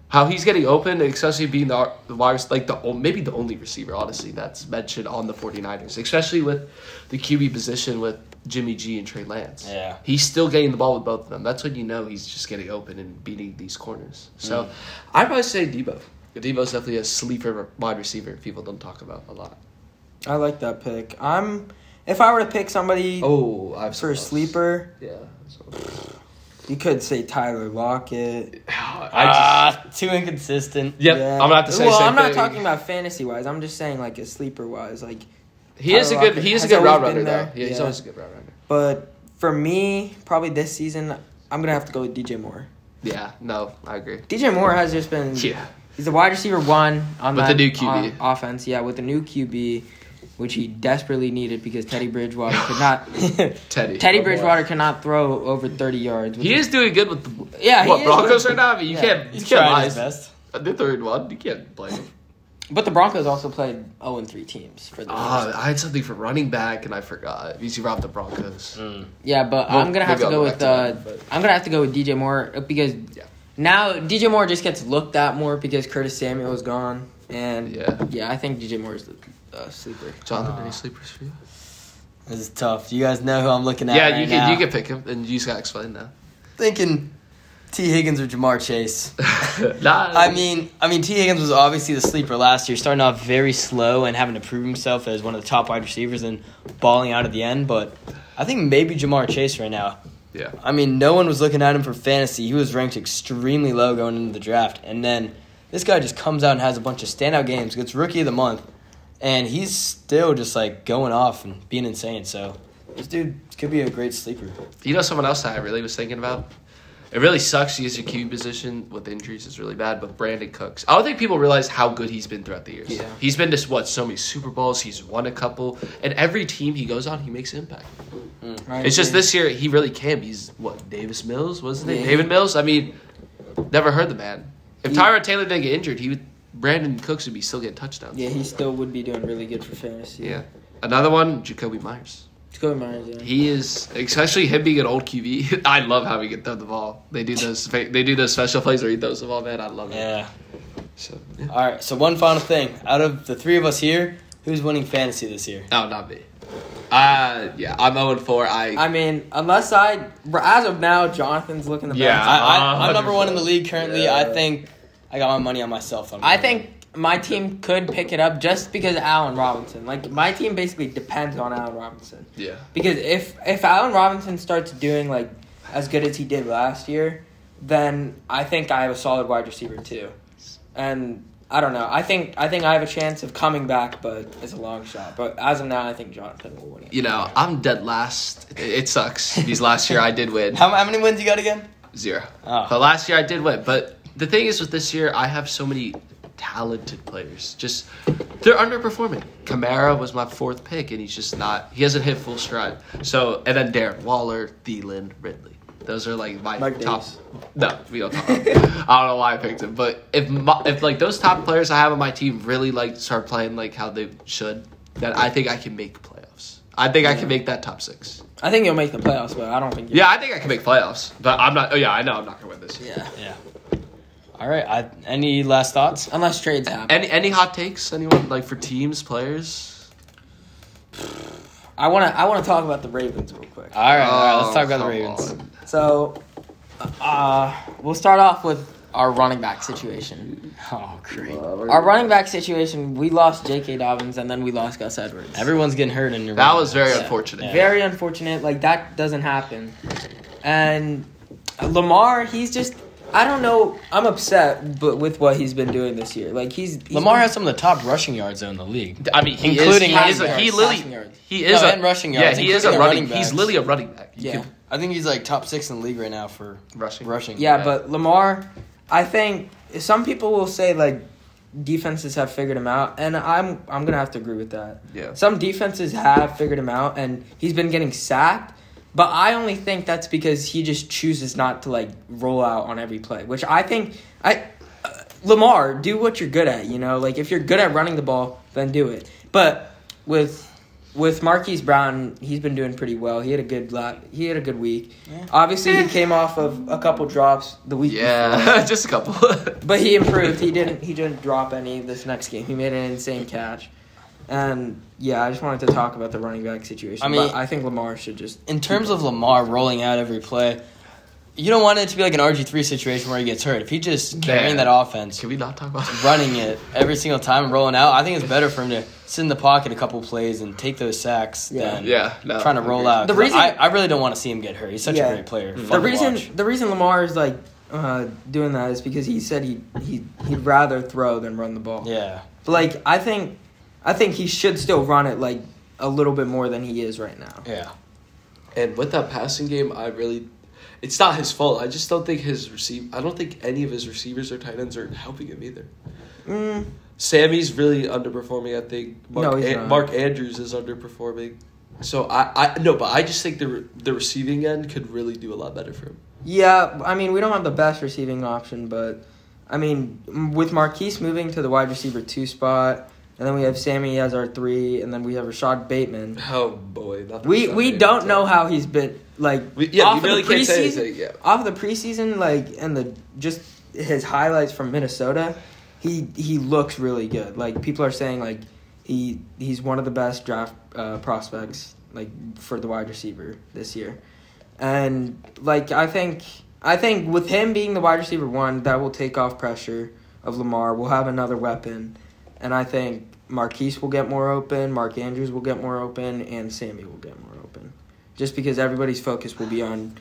[SPEAKER 3] How he's getting open, and especially being the, ar- the wide, rec- like the o- maybe the only receiver, honestly, that's mentioned on the 49ers, especially with the QB position with Jimmy G and Trey Lance
[SPEAKER 1] Yeah.
[SPEAKER 3] he's still getting the ball with both of them. That's when you know he's just getting open and beating these corners. So I'd probably say Debo. Debo's definitely a sleeper wide receiver people don't talk about a lot.
[SPEAKER 2] I like that pick. I'm. If I were to pick somebody
[SPEAKER 3] Oh, I've
[SPEAKER 2] for a sleeper,
[SPEAKER 3] Yeah.
[SPEAKER 2] you could say Tyler Lockett.
[SPEAKER 3] I just,
[SPEAKER 1] Ah, too inconsistent.
[SPEAKER 3] yep,
[SPEAKER 2] Yeah.
[SPEAKER 3] I'm gonna have to say.
[SPEAKER 2] Well,
[SPEAKER 3] same
[SPEAKER 2] I'm not
[SPEAKER 3] thing.
[SPEAKER 2] talking about fantasy wise. I'm just saying like a sleeper wise. Like,
[SPEAKER 3] He is a
[SPEAKER 2] Tyler
[SPEAKER 3] good. He
[SPEAKER 2] Lockett
[SPEAKER 3] is a
[SPEAKER 2] has
[SPEAKER 3] good route
[SPEAKER 2] always
[SPEAKER 3] runner
[SPEAKER 2] been
[SPEAKER 3] though.
[SPEAKER 2] there.
[SPEAKER 3] Yeah, he's
[SPEAKER 2] Yeah.
[SPEAKER 3] always a good route runner.
[SPEAKER 2] but for me, probably this season, I'm gonna have to go with DJ Moore.
[SPEAKER 3] Yeah, no, I agree.
[SPEAKER 2] DJ Moore has just been
[SPEAKER 3] Yeah.
[SPEAKER 2] he's a wide receiver one on
[SPEAKER 3] With
[SPEAKER 2] that
[SPEAKER 3] the new QB.
[SPEAKER 2] o- offense. Yeah, with the new QB, which he desperately needed because Teddy Bridgewater could not.
[SPEAKER 3] Teddy.
[SPEAKER 2] Teddy
[SPEAKER 3] Oh, boy.
[SPEAKER 2] Bridgewater cannot throw over 30 yards. with
[SPEAKER 3] He
[SPEAKER 2] the-
[SPEAKER 3] is doing good with the
[SPEAKER 2] Yeah, he
[SPEAKER 3] what
[SPEAKER 2] is
[SPEAKER 3] Broncos
[SPEAKER 2] doing-
[SPEAKER 3] right now. I mean, you
[SPEAKER 2] yeah.
[SPEAKER 3] can't you
[SPEAKER 1] He's
[SPEAKER 3] can't
[SPEAKER 1] trying
[SPEAKER 3] lie.
[SPEAKER 1] his best.
[SPEAKER 3] The third one, you can't blame him.
[SPEAKER 2] But the Broncos also played 0 and 3 teams for the.
[SPEAKER 3] Ah, I had something for running back and I forgot. You see, Rob the Broncos.
[SPEAKER 1] Mm.
[SPEAKER 2] yeah, but
[SPEAKER 3] Well,
[SPEAKER 2] I'm gonna have to
[SPEAKER 3] maybe
[SPEAKER 2] go
[SPEAKER 3] I'll go
[SPEAKER 2] with uh,
[SPEAKER 3] back to that, but-
[SPEAKER 2] I'm gonna have to go with DJ Moore uh, because
[SPEAKER 3] Yeah.
[SPEAKER 2] now DJ Moore just gets looked at more because Curtis Samuel is gone and
[SPEAKER 3] Yeah.
[SPEAKER 2] yeah I think DJ Moore is the uh, sleeper.
[SPEAKER 3] Jonathan,
[SPEAKER 1] Uh,
[SPEAKER 3] any sleepers for you?
[SPEAKER 1] This is tough. You guys know who I'm looking at.
[SPEAKER 3] Yeah,
[SPEAKER 1] right
[SPEAKER 3] you can
[SPEAKER 1] now.
[SPEAKER 3] you can pick him, and you just gotta explain now.
[SPEAKER 1] thinking T Higgins or Jamar Chase.
[SPEAKER 3] nah,
[SPEAKER 1] I mean, I mean, T. Higgins was obviously the sleeper last year, starting off very slow and having to prove himself as one of the top wide receivers and balling out at the end. But I think maybe Jamar Chase right now.
[SPEAKER 3] yeah,
[SPEAKER 1] I mean, no one was looking at him for fantasy. He was ranked extremely low going into the draft, and then this guy just comes out and has a bunch of standout games. Gets rookie of the month, and he's still just like going off and being insane. So this dude could be a great sleeper.
[SPEAKER 3] you know someone else that I really was thinking about. It really sucks to use your QB position with injuries. It's really bad. But Brandon Cooks, I don't think people realize how good he's been throughout the years.
[SPEAKER 2] Yeah.
[SPEAKER 3] he's been to what so many Super Bowls. He's won a couple, and every team he goes on, he makes an impact.
[SPEAKER 2] Right?
[SPEAKER 3] It's just this year he really can. He's what Davis Mills wasn't it?
[SPEAKER 2] Yeah.
[SPEAKER 3] David Mills. I mean, never heard the man. If
[SPEAKER 2] He-
[SPEAKER 3] Tyrod Taylor didn't get injured, he would. Brandon Cooks would be still getting touchdowns.
[SPEAKER 2] Yeah, he still would be doing really good for fantasy.
[SPEAKER 3] Yeah. Another one, Jacoby Myers.
[SPEAKER 2] Let's go with Myers. Yeah.
[SPEAKER 3] He is, especially him being an old QB. I love how he can throw the ball. They do those, fa- they do those special plays where he throws the ball. Man, I love it.
[SPEAKER 1] Yeah.
[SPEAKER 3] So, yeah.
[SPEAKER 1] All right. So one final thing. Out of the three of us here, who's winning fantasy this year?
[SPEAKER 3] Oh, not me. Uh, yeah, I'm 0 4. I,
[SPEAKER 2] I mean, unless I, as of now, Jonathan's looking the
[SPEAKER 3] Yeah.
[SPEAKER 2] best.
[SPEAKER 1] I, I, I'm number one in the
[SPEAKER 3] 100%.
[SPEAKER 1] league currently.
[SPEAKER 3] Uh, Yeah.
[SPEAKER 1] I think I got my money on myself.
[SPEAKER 2] I think my team could pick it up just because of Allen Robinson. Like my team basically depends on Allen Robinson
[SPEAKER 3] yeah.
[SPEAKER 2] because if if Allen Robinson starts doing like as good as he did last year, then I think I have a solid wide receiver too. And I don't know. I think I think I have a chance of coming back, but it's a long shot. But as of now, I think Jonathan will win it.
[SPEAKER 3] You know, I'm dead last. It, it sucks. Because last year I did win
[SPEAKER 1] How, how many wins you got again?
[SPEAKER 3] zero.
[SPEAKER 1] Oh.
[SPEAKER 3] But last year I did win. But the thing is with this year, I have so many talented players. Just they're underperforming. Kamara was my fourth pick, and he's just not. He hasn't hit full stride. So and then Darren Waller, Thielen, Ridley. Those are like my
[SPEAKER 2] Mike
[SPEAKER 3] top.
[SPEAKER 2] Davis.
[SPEAKER 3] No, we don't talk. About him. I don't know why I picked him, but if my, if like those top players I have on my team really like start playing like how they should, then I think I can make playoffs. I think I can make that top six.
[SPEAKER 2] I think you'll make the playoffs, but I don't think.
[SPEAKER 3] Yeah, I think I can make playoffs, but I'm not. Oh yeah, I know I'm not gonna win this.
[SPEAKER 2] Yeah.
[SPEAKER 1] Yeah. All right. I, any last thoughts?
[SPEAKER 2] Unless trades happen.
[SPEAKER 3] Any any hot takes? Anyone like for teams, players?
[SPEAKER 2] I wanna I wanna talk about the Ravens real quick.
[SPEAKER 1] All right. all right. Let's talk about the
[SPEAKER 3] Oh, come
[SPEAKER 1] Ravens.
[SPEAKER 3] on.
[SPEAKER 2] So, uh, we'll start off with our running back situation.
[SPEAKER 1] Oh, great.
[SPEAKER 2] Our running back situation, we lost J.K. Dobbins and then we lost Gus Edwards.
[SPEAKER 1] Everyone's getting hurt in your.
[SPEAKER 3] That
[SPEAKER 1] running
[SPEAKER 3] was very
[SPEAKER 2] Yeah.
[SPEAKER 3] unfortunate.
[SPEAKER 1] Yeah.
[SPEAKER 2] Very unfortunate. Like, that doesn't happen. And Lamar, he's just, I don't know, I'm upset but with what he's been doing this year. Like, he's. he's
[SPEAKER 1] Lamar has some of the top rushing yards though in the league.
[SPEAKER 3] I mean, he
[SPEAKER 1] Including
[SPEAKER 3] is, he, is
[SPEAKER 2] passing
[SPEAKER 3] a, he
[SPEAKER 2] yards, passing
[SPEAKER 3] literally
[SPEAKER 2] yards.
[SPEAKER 3] he is
[SPEAKER 1] No,
[SPEAKER 3] a,
[SPEAKER 1] and rushing
[SPEAKER 3] yeah
[SPEAKER 1] yards,
[SPEAKER 3] he is a
[SPEAKER 1] including
[SPEAKER 3] running
[SPEAKER 1] running
[SPEAKER 3] he's
[SPEAKER 1] backs.
[SPEAKER 3] literally a running back. You
[SPEAKER 2] Yeah.
[SPEAKER 3] can-
[SPEAKER 1] I think he's like top six in the league right now for
[SPEAKER 3] rushing
[SPEAKER 1] rushing.
[SPEAKER 2] Yeah,
[SPEAKER 3] Yeah.
[SPEAKER 2] but Lamar, I think some people will say like defenses have figured him out, and I'm I'm gonna have to agree with that.
[SPEAKER 3] Yeah.
[SPEAKER 2] Some defenses have figured him out, and he's been getting sacked. But I only think that's because he just chooses not to like roll out on every play, which I think I uh, Lamar do what you're good at. You know, like if you're good at running the ball, then do it. But with with Marquise Brown, he's been doing pretty well. He had a good la- he had a good week. Obviously, he came off of a couple drops the week.
[SPEAKER 3] Yeah, just a couple.
[SPEAKER 2] before, but he improved. He didn't he didn't drop any this next game. He made an insane catch. And yeah, I just wanted to talk about the running back situation.
[SPEAKER 1] I mean-
[SPEAKER 2] but I think Lamar should just
[SPEAKER 1] In terms of Lamar rolling out every play, you don't want it to be like an RG three situation where he gets hurt. If he just carrying
[SPEAKER 3] Yeah.
[SPEAKER 1] that offense,
[SPEAKER 3] can we not talk about
[SPEAKER 1] running it every single time and rolling out, I think it's better for him to sit in the pocket a couple plays and take those sacks
[SPEAKER 2] Yeah.
[SPEAKER 1] than
[SPEAKER 3] Yeah, no,
[SPEAKER 1] trying to roll out.
[SPEAKER 2] The
[SPEAKER 1] 'Cause
[SPEAKER 2] reason-
[SPEAKER 1] I, I really don't want to see him get hurt. He's such
[SPEAKER 2] Yeah.
[SPEAKER 1] a great player. Fun
[SPEAKER 2] the
[SPEAKER 1] to
[SPEAKER 2] reason
[SPEAKER 1] watch.
[SPEAKER 2] the reason Lamar is like uh, doing that is because he said he he he'd rather throw than run the ball.
[SPEAKER 1] Yeah.
[SPEAKER 2] But like I think I think he should still run it like a little bit more than he is right now.
[SPEAKER 1] Yeah.
[SPEAKER 3] And with that passing game, I really It's not his fault. I just don't think his receive. I don't think any of his receivers or tight ends are helping him either.
[SPEAKER 2] Mm,
[SPEAKER 3] Sammy's really underperforming. I think Mark,
[SPEAKER 2] No, he's
[SPEAKER 3] An-
[SPEAKER 2] not.
[SPEAKER 3] Mark Andrews is underperforming. So I, I no, but I just think the re- the receiving end could really do a lot better for him.
[SPEAKER 2] yeah, I mean, we don't have the best receiving option, but I mean, m- with Marquise moving to the wide receiver two spot, and then we have Sammy as our three, and then we have Rashad Bateman.
[SPEAKER 3] Oh boy, not
[SPEAKER 2] We we don't know how he's been like
[SPEAKER 3] We, yeah,
[SPEAKER 2] off
[SPEAKER 3] we really
[SPEAKER 2] of the
[SPEAKER 3] can't say
[SPEAKER 2] preseason.
[SPEAKER 3] anything. Yeah.
[SPEAKER 2] off the preseason, like and the just his highlights from Minnesota, he he looks really good. Like people are saying, like he he's one of the best draft uh, prospects like for the wide receiver this year, and like I think I think with him being the wide receiver one, that will take off pressure of Lamar. We'll have another weapon, and I think Marquise will get more open, Mark Andrews will get more open, and Sammy will get more open, just because everybody's focus will be on.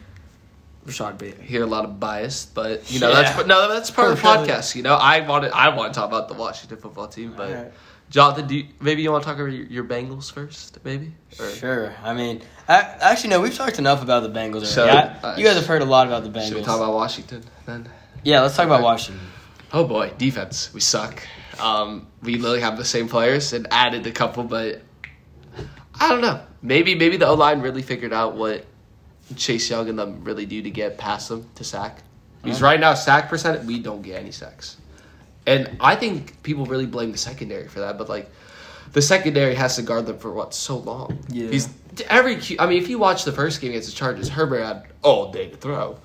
[SPEAKER 2] Rashad Bateman.
[SPEAKER 3] hear a lot of bias, but you know
[SPEAKER 1] Yeah.
[SPEAKER 3] that's no, that's part of the podcast. You know, I want to, I want to talk about the Washington football team, but Jonathan, do you, maybe you want to talk about your, your Bengals first, maybe? Or
[SPEAKER 1] Sure. I mean, I, actually, no. We've talked enough about the Bengals. Already.
[SPEAKER 3] So,
[SPEAKER 1] I-
[SPEAKER 3] uh,
[SPEAKER 1] you guys have heard a lot about the Bengals.
[SPEAKER 3] should we talk about Washington then?
[SPEAKER 1] yeah, let's talk about Washington.
[SPEAKER 3] Oh boy, defense, we suck. Um, we literally have the same players and added a couple, but I don't know. Maybe maybe the O line really figured out what Chase Young and them really do to get past them to sack. Because right now sack percent we don't get any sacks, and I think people really blame the secondary for that. But like, the secondary has to guard them for what so long.
[SPEAKER 2] Yeah.
[SPEAKER 3] He's every. Q- I mean, if you watch the first game against the Chargers, Herbert had all day to throw,